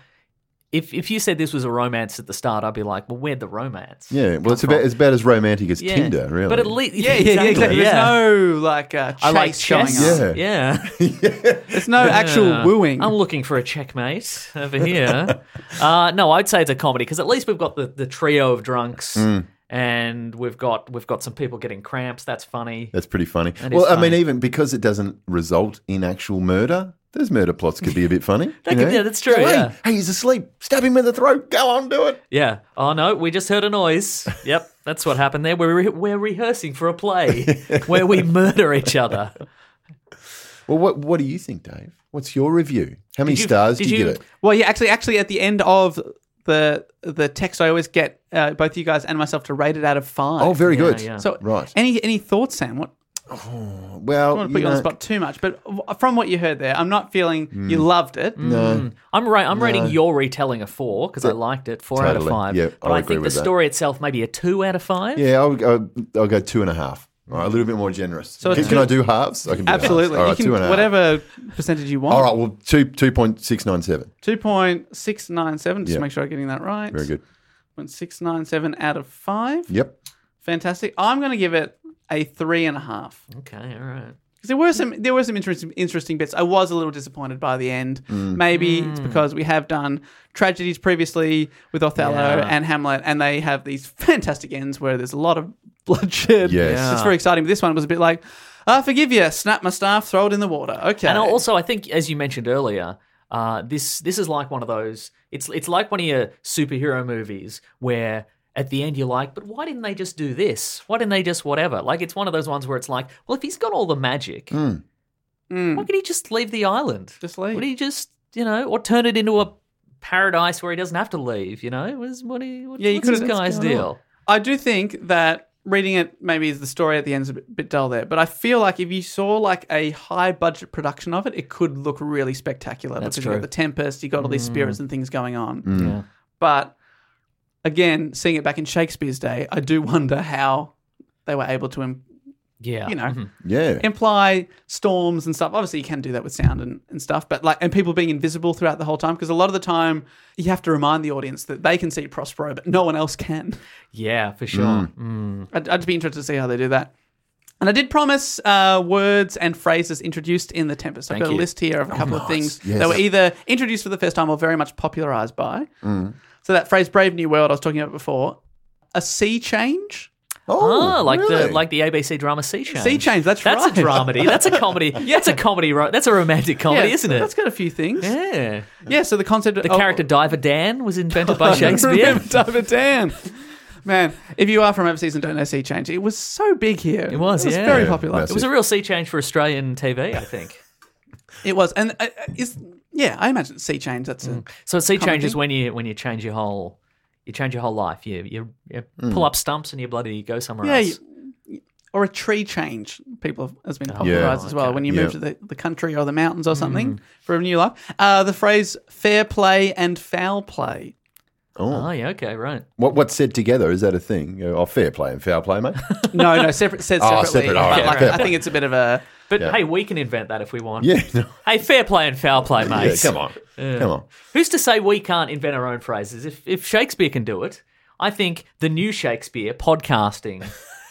If if you said this was a romance at the start, I'd be like, well, where'd the romance?
Yeah, well,
come
it's about
from?
it's about as romantic as
Yeah.
Tinder, really.
But at least
Yeah, yeah, yeah, exactly. There's no like uh, chase
I like
showing
chess.
up.
up.
Yeah.
There's no actual
Yeah.
wooing.
I'm looking for a checkmate over here. uh, no, I'd say it's a comedy because at least we've got the, the trio of drunks,
Hmm.
and we've got we've got some people getting cramps. That's funny.
That's pretty funny.
That
well,
is
I mean,
funny.
even because it doesn't result in actual murder, those murder plots could be a bit funny.
That
you
could-
know?
yeah, that's true,
Hey,
yeah.
hey, he's asleep. Stab him in the throat. Go on, do it.
Yeah. Oh no, we just heard a noise. Yep, that's what happened there. We're re- we're rehearsing for a play where we murder each other.
Well, what what do you think, Dave? What's your review? How many
Did you-
stars
did
do you,
you-
give it?
Well, yeah, actually, actually, at the end of the the text, I always get uh, both you guys and myself to rate it out of five.
Oh, very good.
yeah.
so
right.
Any any thoughts, Sam? What
Well,
I don't want to
you
put you on the
know,
spot too much, but w- from what you heard there, I'm not feeling you loved it.
uh,
Mm. I'm right. I'm rating your retelling a four because I liked it. Four out of
Totally.
five.
Yep,
but
I
I,
agree
think the
with that.
story itself maybe a two out of five.
yeah, I'll, I'll, I'll go two and a half. All right, a little bit more generous.
So
can,
it's
can
two-
I do halves? I can do halves.
Absolutely,
All right,
you
two
can
and a half.
whatever percentage you want.
All right, well, two two point six nine seven.
two point six nine seven. Just
Yeah.
make sure I'm getting that right.
Very good.
Point six nine seven out of five.
Yep.
Fantastic. I'm going to give it a three and a half.
Okay. All right.
Because there were some there were some interesting interesting bits. I was a little disappointed by the end.
Mm.
Maybe
Mm.
it's because we have done tragedies previously with Othello
Yeah.
and Hamlet, and they have these fantastic ends where there's a lot of bloodshed.
Yes.
it's very exciting. But this one was a bit like, I forgive you, snap my staff, throw it in the water. Okay,
And also, I think as you mentioned earlier, uh, this this is like one of those. It's it's like one of your superhero movies where at the end you're like, but why didn't they just do this? Why didn't they just whatever? Like it's one of those ones where it's like, well, if he's got all the magic, why could he just leave the island?
Hmm. Just leave.
Would he just you know, or turn it into a paradise where he doesn't have to leave? You know, what is what? He, what
Yeah, you
what's this
could've- what's
guy's
going
deal?
on? I do think that reading it maybe is the story at the end's a bit, bit dull there, but I feel like if you saw like a high budget production of it, it could look really spectacular
That's
because you got
true. Mm.
the tempest, you got all these spirits and things going on.
Yeah.
But again, seeing it back in Shakespeare's day, I do wonder how they were able to, im-
Yeah,
you know,
Yeah.
imply storms and stuff. Obviously, you can do that with sound and, and stuff, but like, and people being invisible throughout the whole time because a lot of the time you have to remind the audience that they can see Prospero, but no one else can.
yeah, for sure. Mm.
I'd, I'd be interested to see how they do that. And I did promise uh, words and phrases introduced in The Tempest. I've
Thank
got a
you. Oh,
list here of a couple of things
Yes.
that were either introduced for the first time or very much popularized by.
Mm.
So that phrase "Brave New World" I was talking about before, a sea change.
Oh, like
really?
the like the ABC drama Sea Change.
Sea Change, that's
that's
right.
a dramedy. That's a comedy. That's a comedy. ro- That's a romantic comedy,
Yeah,
Oh, isn't it?
That's got a few things. Yeah.
yeah.
so the concept of
The character Diver Dan was invented by Shakespeare.
Remember Diver Dan. Man, if you are from overseas and don't know Sea Change, it was so big here.
It was,
It was
yeah.
very
Yeah,
popular.
massive.
It was a real sea change for Australian TV, I think.
It was, and uh, uh, is yeah, I imagine Sea Change. That's a
So sea change is
Comedy.
when you when you change your whole you change your whole life. You you, you pull up stumps and you bloody go somewhere
Hmm. Yeah,
else.
you- or a tree change. People have, has been
Oh, Yeah.
popularized as well when you move
Yeah. Mm.
to the, the country or the mountains or something for a new life. Uh, the phrase fair play and foul play.
Oh yeah, okay, right.
What what's said together is that a thing? You know, Oh, fair play and foul play, mate.
No, no, separate said
Oh,
separately.
separate, all
but
right,
like,
okay.
I think it's a bit of a
But hey, we can invent that if we want.
yeah, no,
Hey, fair play and foul play,
yeah,
mate.
come on, come on.
Who's to say we can't invent our own phrases? If if Shakespeare can do it, I think the new Shakespeare podcasting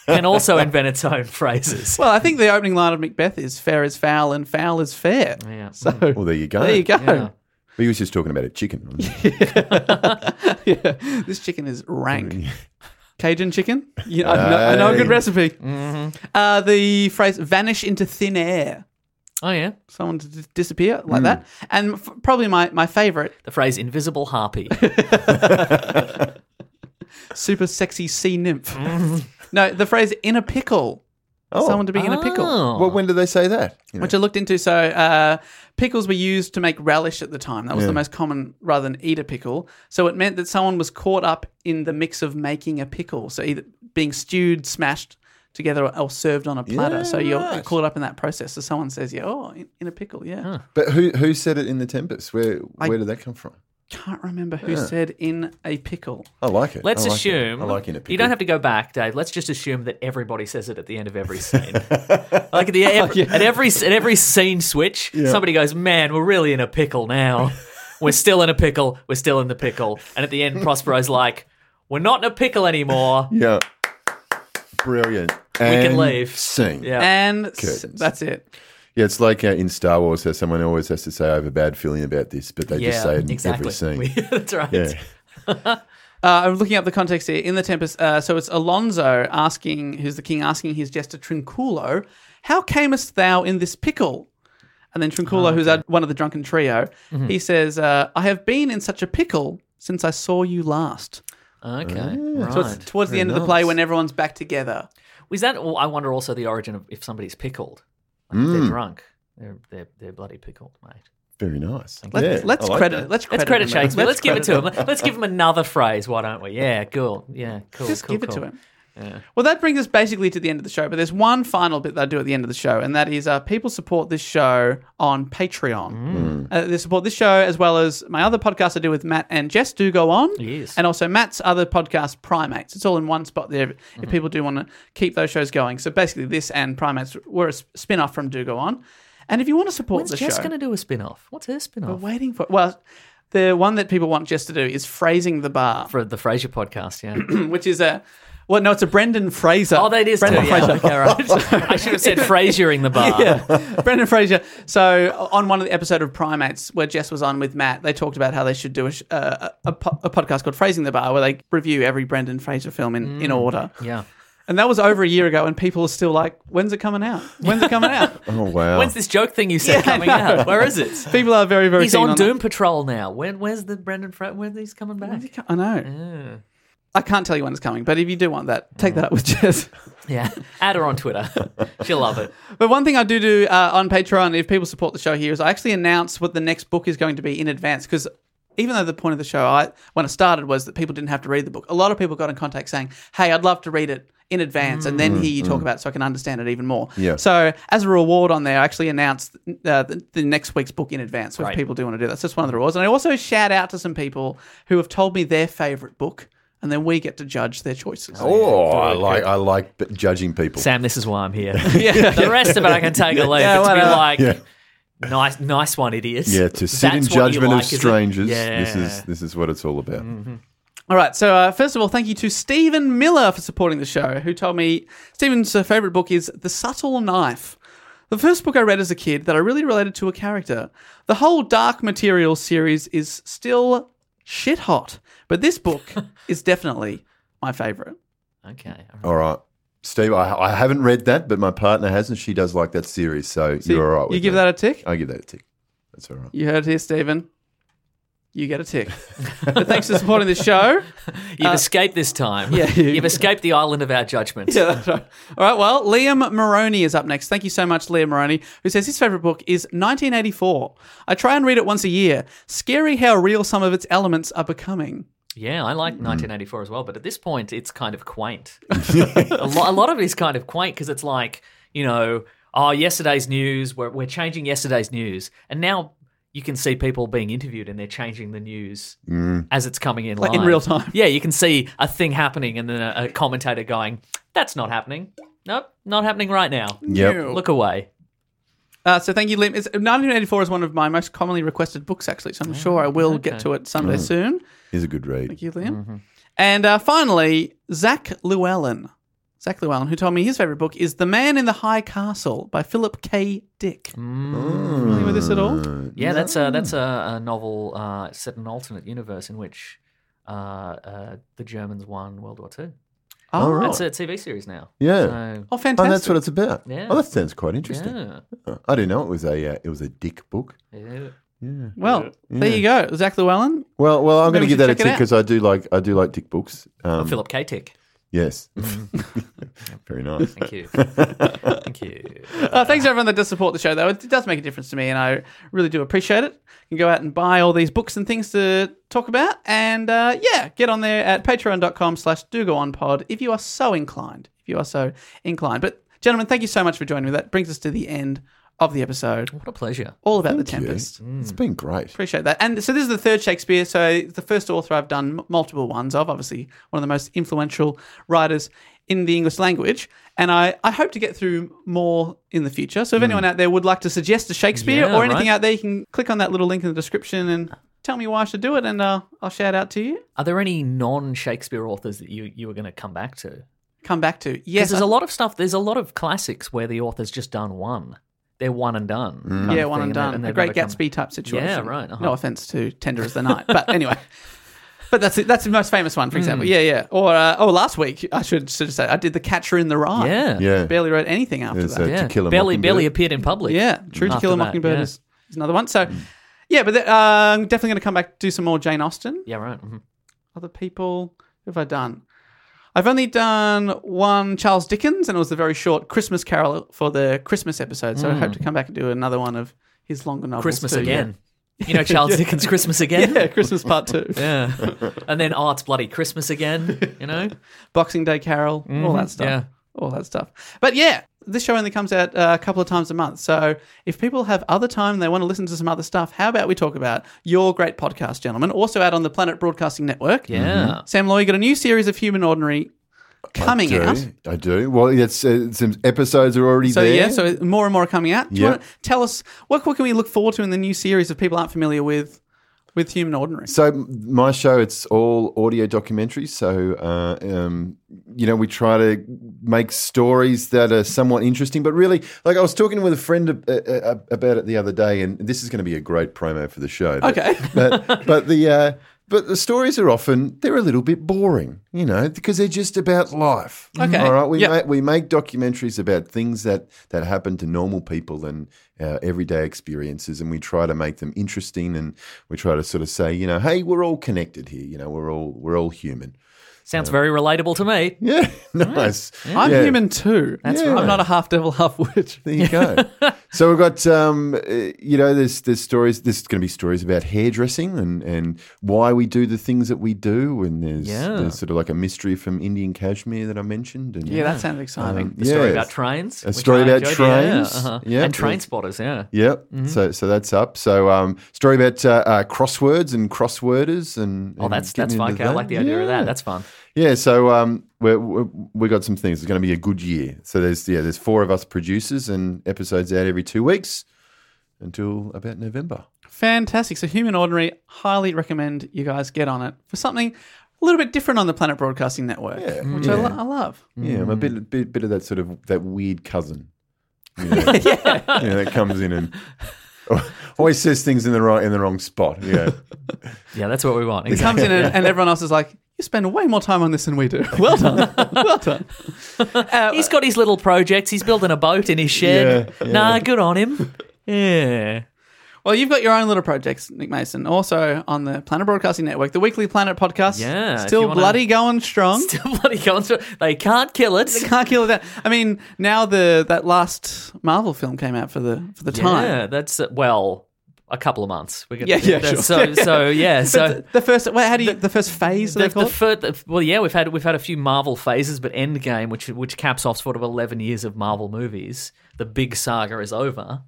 can also invent its own phrases.
well. I think the opening line of Macbeth is fair is foul and foul is fair.
Yeah.
So
Well, there you go.
there you go.
He was just talking about a chicken. wasn't he?
Yeah. This chicken is
Mm.
rank. Cajun chicken? You know, I, know, I know a good
Aye.
recipe.
Mm-hmm.
Uh, the phrase vanish into thin air.
Oh yeah.
someone to d- disappear
Mm.
like that. And f- probably my, my favorite,
The phrase "invisible harpy."
super sexy sea nymph. no, the phrase in a pickle.
Oh.
Someone to be in a pickle.
Oh.
Well, when did they say that? You know,
Which I looked into. So, uh, pickles were used to make relish at the time. That was the most common rather than eat a pickle. So, it meant that someone was caught up in the mix of making a pickle. So, either being stewed, smashed together, or, or served on a platter. so, you're
right.
caught up in that process. So, someone says, yeah, oh, in, in a pickle, yeah.
but who who said it in the Tempest? Where where did that come from?
can't remember who said in a pickle.
I like it.
Let's
I like it.
assume
I like in a pickle.
you don't have to go back, Dave. Let's just assume that everybody says it at the end of every scene. like at the ev- at every at every scene switch, somebody goes, "Man, we're really in a pickle now. We're still in a pickle. We're still in the pickle." And at the end, Prospero's like, "We're not in a pickle anymore."
Yeah. Brilliant. We
can leave.
Sing.
Yeah.
And s-
Curtains.
that's it.
Yeah, it's like uh, in Star Wars how someone always has to say, I have a bad feeling about this, but they just say it in every scene.
We- That's right.
yeah.
Uh, I'm looking up the context here in the Tempest. Uh, so it's Alonso asking, who's the king, asking his jester Trinculo, "How camest thou in this pickle?" And then Trinculo,
Ah,
who's out- one of the drunken trio,
Mm-hmm.
he says, uh, "I have been in such a pickle since I saw you last."
Okay.
Ah, So
Right.
it's towards the end of the play when everyone's back together.
Was that? I wonder also the origin of if somebody's pickled. Like
Hmm.
if they're drunk. They're, they're they're bloody pickled, mate.
Very nice.
Let's,
Yeah,
let's
I like
credit.
that.
Let's
Let's
credit.
credit
him.
Shakespeare. Let's, give it to
credit
him. Let's give him another phrase, why don't we? Yeah, cool. Yeah, cool.
Just
cool,
give it
cool.
to him. Well, that brings us basically to the end of the show, but there's one final bit that I do at the end of the show, and that is uh, people support this show on Patreon.
Mm.
Uh, they support this show as well as my other podcast I do with Matt and Jess do go on,
Yes.
and also Matt's other podcast Primates. It's all in one spot there. If
Mm-hmm.
people do want to keep those shows going, so basically this and Primates were a spin off from Do Go On, and if you want to support
When's
the
Jess
show,
going to do a spin off? What's her spin
we're
off?
waiting for well. The one that people want Jess to do is phrasing the bar,
For the Frasier podcast, yeah.
which is a well, no, it's a Brendan Fraser.
oh, that is too.
Brendan
Yeah. Okay, right. I should have said Frasiering the bar.
yeah, Brendan Fraser. So on one of the episode of Primates where Jess was on with Matt, they talked about how they should do a, sh- uh, a, a, po- a podcast called Phrasing the Bar, where they review every Brendan Fraser film in, in order.
Mm. Yeah.
And that was over a year ago, and people are still like, "When's it coming out? When's it coming out?"
Oh, wow.
When's this joke thing you said coming out? Where is it?
people are very, very.
He's
keen
on,
on that.
Doom Patrol now. When? Where's the Brendan? Fra- when's he's coming back?
I know. I can't tell you when it's coming, but if you do want that, take
Mm.
that up with Jess.
Yeah. Add her on Twitter. She'll love it.
But one thing I do do uh, on Patreon, if people support the show here, is I actually announce what the next book is going to be in advance because. Even though the point of the show, I, when it started, was that people didn't have to read the book. A lot of people got in contact saying, "Hey, I'd love to read it in advance, and then hear you talk about it, so I can understand it even more."
Mm, Yeah.
So, as a reward on there, I actually announced uh, the, the next week's book in advance. So, if
Right.
people do want to do that, so that's one of the rewards. And I also shout out to some people who have told me their favorite book, and then we get to judge their choices.
Oh, I like I like b- judging people.
Sam, this is why I'm here. The rest of it I can take a leave.
Yeah,
but to be
whatever.
like,
Yeah.
nice, nice one, idiots.
Yeah, to sit in
That's what you
judgment
like,
of
is it?
strangers.
Yeah.
This is this is what it's all about.
Mm-hmm. All right. So uh, first of all, thank you to Stephen Miller for supporting the show. Who told me Stephen's uh, favorite book is *The Subtle Knife*. The first book I read as a kid that I really related to a character. The whole Dark Materials series is still shit hot, but this book is definitely my favorite.
Okay. all right.
All right. Steve, I, I haven't read that, but my partner has, and she does like that series, so you're all right with Uh,
You give
that.
that a tick.
I give that a tick. That's all right.
You heard it here, Stephen. You get a tick. but thanks for supporting the show.
You've escaped this time.
yeah, you-
you, have escaped the island of our judgment.
Yeah, that's right. All right, well, Liam Maroney is up next. Thank you so much, Liam Maroney, who says his favourite book is 1984. I try and read it once a year. Scary how real some of its elements are becoming.
Yeah, I like 1984 as well, but at this point, it's kind of quaint. a, lo- a lot of it is kind of quaint because it's like, you know, oh, yesterday's news, we're, we're changing yesterday's news. And now you can see people being interviewed and they're changing the news as it's coming in
Like in
live.
real time.
Yeah, you can see a thing happening and then a, a commentator going, that's not happening. Nope, not happening right now.
Yep.
Look away.
Uh, so thank you, Liam. It's, 1984 is one of my most commonly requested books, actually, so I'm sure I will get to it someday
Mm.
soon.
Here's a good read.
Thank you, Liam. And uh, finally, Zach Llewellyn. Zach Llewellyn, who told me his favourite book is The Man in the High Castle by Philip K. Dick. Familiar with this at all?
Yeah, that's a that's a, a novel uh, set in an alternate universe in which uh, uh, the Germans won World War Two.
Oh, right.
It's a TV series now.
Yeah.
So,
Oh, fantastic.
Oh, that's what it's about.
Yeah.
Oh, that sounds quite interesting.
yeah.
Huh. I didn't know it was a uh, it was a dick book.
yeah.
Well, there you go, Zach Llewellyn.
Well, well, I'm
Maybe
going to
we should
give that a
check it
tick
out.
because I do like I do like dick books. Um,
Philip K. Dick.
Yes.
Mm-hmm.
Very nice.
Thank you. Thank you.
Uh, thanks everyone that does support the show, though. It does make a difference to me, and I really do appreciate it. You can go out and buy all these books and things to talk about, and uh, yeah, get on there at patreon.com slash do go on pod if you are so inclined. If you are so inclined. But, gentlemen, thank you so much for joining me. That brings us to the end of the episode,
What a pleasure.
all about the
Thank you.
Tempest.
It's been great.
Appreciate that. And so this is the third Shakespeare. So it's the first author I've done m- multiple ones of. Obviously, one of the most influential writers in the English language. And I, I hope to get through more in the future. So if anyone out there would like to suggest a Shakespeare
Hmm. Yeah,
or anything
right.
out there, you can click on that little link in the description and tell me why I should do it, and uh, I'll shout out to you.
Are there any non-Shakespeare authors that you you were going to come back to?
Come back to
Because
yes,
there's a lot of stuff. There's a lot of classics where the author's just done one. They're one and done. kind
yeah,
of
one
thing,
and
they-
done. a
they've
great
never come-
Gatsby type situation.
Yeah, right, uh-huh.
No offense to Tender as the Night, but anyway. But that's it. That's the most famous one, for example. Yeah, yeah. Or uh, oh, last week I should, should say I did the Catcher in the Rye.
Yeah,
Yeah.
barely wrote anything after
There's
that.
a- To
yeah.
Kill a
barely, barely
Mockingbird.
appeared in public.
yeah, True to
after
Kill a
that,
Mockingbird
yeah.
is, is another one.
Mm.
So yeah, but th- uh, I'm definitely going to come back do some more Jane Austen.
Yeah, right. mhm.
Other people, who have I done? I've only done one Charles Dickens, and it was a very short Christmas Carol for the Christmas episode. So I hope to come back and do another one of his longer novels.
Christmas
too, yeah.
again. You know Charles Dickens' Christmas again.
Yeah, Christmas part two.
Yeah. and then oh, it's bloody Christmas again. You know.
Boxing Day Carol, all that stuff.
yeah.
All that stuff. But yeah, this show only comes out uh, a couple of times a month. So if people have other time and they want to listen to some other stuff, how about we talk about your great podcast, gentlemen? Also out on the Planet Broadcasting Network. Mm-hmm.
Yeah.
Sam Law, you got a new series of Human Ordinary coming
do.
out.
I do. Well, it's, uh, some episodes are already
So
there.
yeah, so more and more are coming out. Do you
Yeah.
want to tell us what what can we look forward to in the new series if people aren't familiar with with Human Ordinary?
So m- my show, it's all audio documentaries. So uh, um, you know, we try to make stories that are somewhat interesting, but really, like I was talking with a friend ab- uh, uh, about it the other day, and this is going to be a great promo for the show. but-
Okay.
but but the. Uh, but the stories are often they're a little bit boring, you know, because they're just about life.
Okay.
all right. We
Yep.
make, we make documentaries about things that that happen to normal people and uh, everyday experiences, and we try to make them interesting, and we try to sort of say, you know, hey, we're all connected here. You know, we're all we're all human.
Sounds very relatable to me.
Yeah, nice.
I'm
Yeah.
human too. That's
Yeah. right.
I'm not a half devil, half witch.
There you go. so we've got, um, uh, you know, there's there's stories. There's going to be stories about hairdressing and and why we do the things that we do. And there's,
Yeah.
there's sort of like a mystery from Indian Kashmir that I mentioned. And
Yeah, that sounds exciting.
um,
The story
yeah.
about trains.
A
which
story
I
about
enjoyed, yeah,
trains. Yeah.
Uh-huh. And train spotters. Yeah.
Yep.
Mm-hmm.
So so that's up. So um, story about uh, uh, crosswords and crossworders and,
Oh,
and
that's
getting
that's fun.
into
Okay, I like the idea of
Yeah.
that. That's fun.
Yeah, so um, we we got some things. It's going to be a good year. So there's yeah, there's four of us producers and episodes out every two weeks until about November.
Fantastic. So, Human Ordinary, highly recommend you guys get on it for something a little bit different on the Planet Broadcasting Network, which I, lo- I love.
Yeah,
Mm.
I'm a bit, bit bit of that sort of that weird cousin. You know, you know, that comes in and always says things in the right in the wrong spot. Yeah,
Yeah, that's what we want.
It
Exactly.
comes in, and, and everyone else is like, you spend way more time on this than we do. Well done. well done. Uh,
He's got his little projects. He's building a boat in his shed.
Yeah, yeah.
Nah, good on him. Yeah.
well, you've got your own little projects, Nick Mason, also on the Planet Broadcasting Network, the Weekly Planet podcast.
Yeah, if
Still
you wanna-
bloody going strong.
Bloody going through. They can't kill it.
Can't kill it. down. I mean, now the that last Marvel film came out for the for the time.
Yeah, that's uh, well, a couple of months. We're gonna,
Yeah, yeah,
that's-
sure.
So, so yeah, so
The, the first, wait, how do you, the, first phase?
the,
they call
the
it?
fir- the- well, yeah, we've had we've had a few Marvel phases, but Endgame, which which caps off sort of eleven years of Marvel movies, the big saga is over.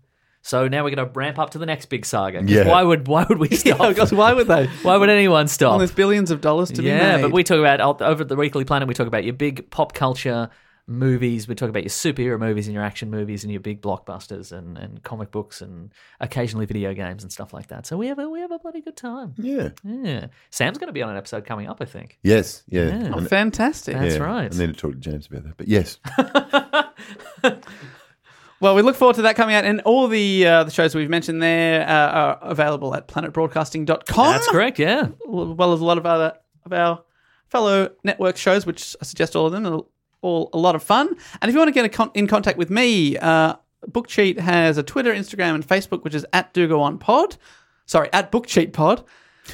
So now we're going to ramp up to the next big saga. 'Cause
Yeah.
Why would why would we stop?
Oh, gosh, why would they?
Why would anyone stop?
Well, there's billions of dollars to be made.
yeah, but we talk about over at the Weekly Planet. We talk about your big pop culture movies. We talk about your superhero movies and your action movies and your big blockbusters and, and comic books and occasionally video games and stuff like that. So we have a we have a bloody good time.
yeah,
Yeah, Sam's going to be on an episode coming up. I think
yes, yeah. And-
Oh, fantastic.
that's
yeah.
right.
I need to talk to James about that. But yes,
Well, we look forward to that coming out, and all the uh, the shows we've mentioned there uh, are available at planetbroadcasting.com.
That's correct. Yeah,
As well as a lot of other of our fellow network shows, which I suggest all of them are all a lot of fun. And if you want to get a con- in contact with me, uh, Book Cheat has a Twitter, Instagram, and Facebook, which is at Do Go On Pod. Sorry, at Book Cheat Pod.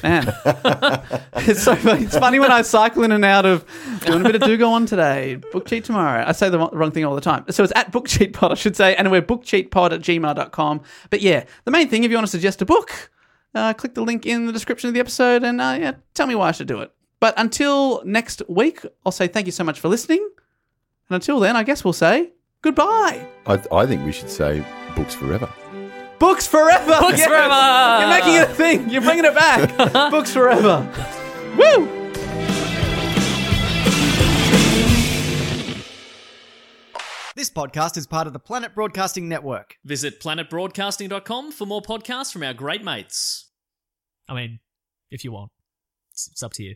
Man, it's so funny. It's funny when I cycle in and out of doing a bit of do go on today, book cheat tomorrow. I say the wrong- wrong thing all the time. So it's at book cheat pod, I should say, and we're book cheat pod at gmail.com. But yeah, the main thing, if you want to suggest a book, uh, click the link in the description of the episode and uh, yeah, tell me why I should do it. But until next week, I'll say thank you so much for listening. And until then, I guess we'll say goodbye.
I, I think we should say Books Forever.
Books forever.
Books forever!
You're making it a thing. You're bringing it back. Books forever. Woo!
This podcast is part of the Planet Broadcasting Network.
Visit planetbroadcasting.com for more podcasts from our great mates. I mean, if you want, it's, it's up to you.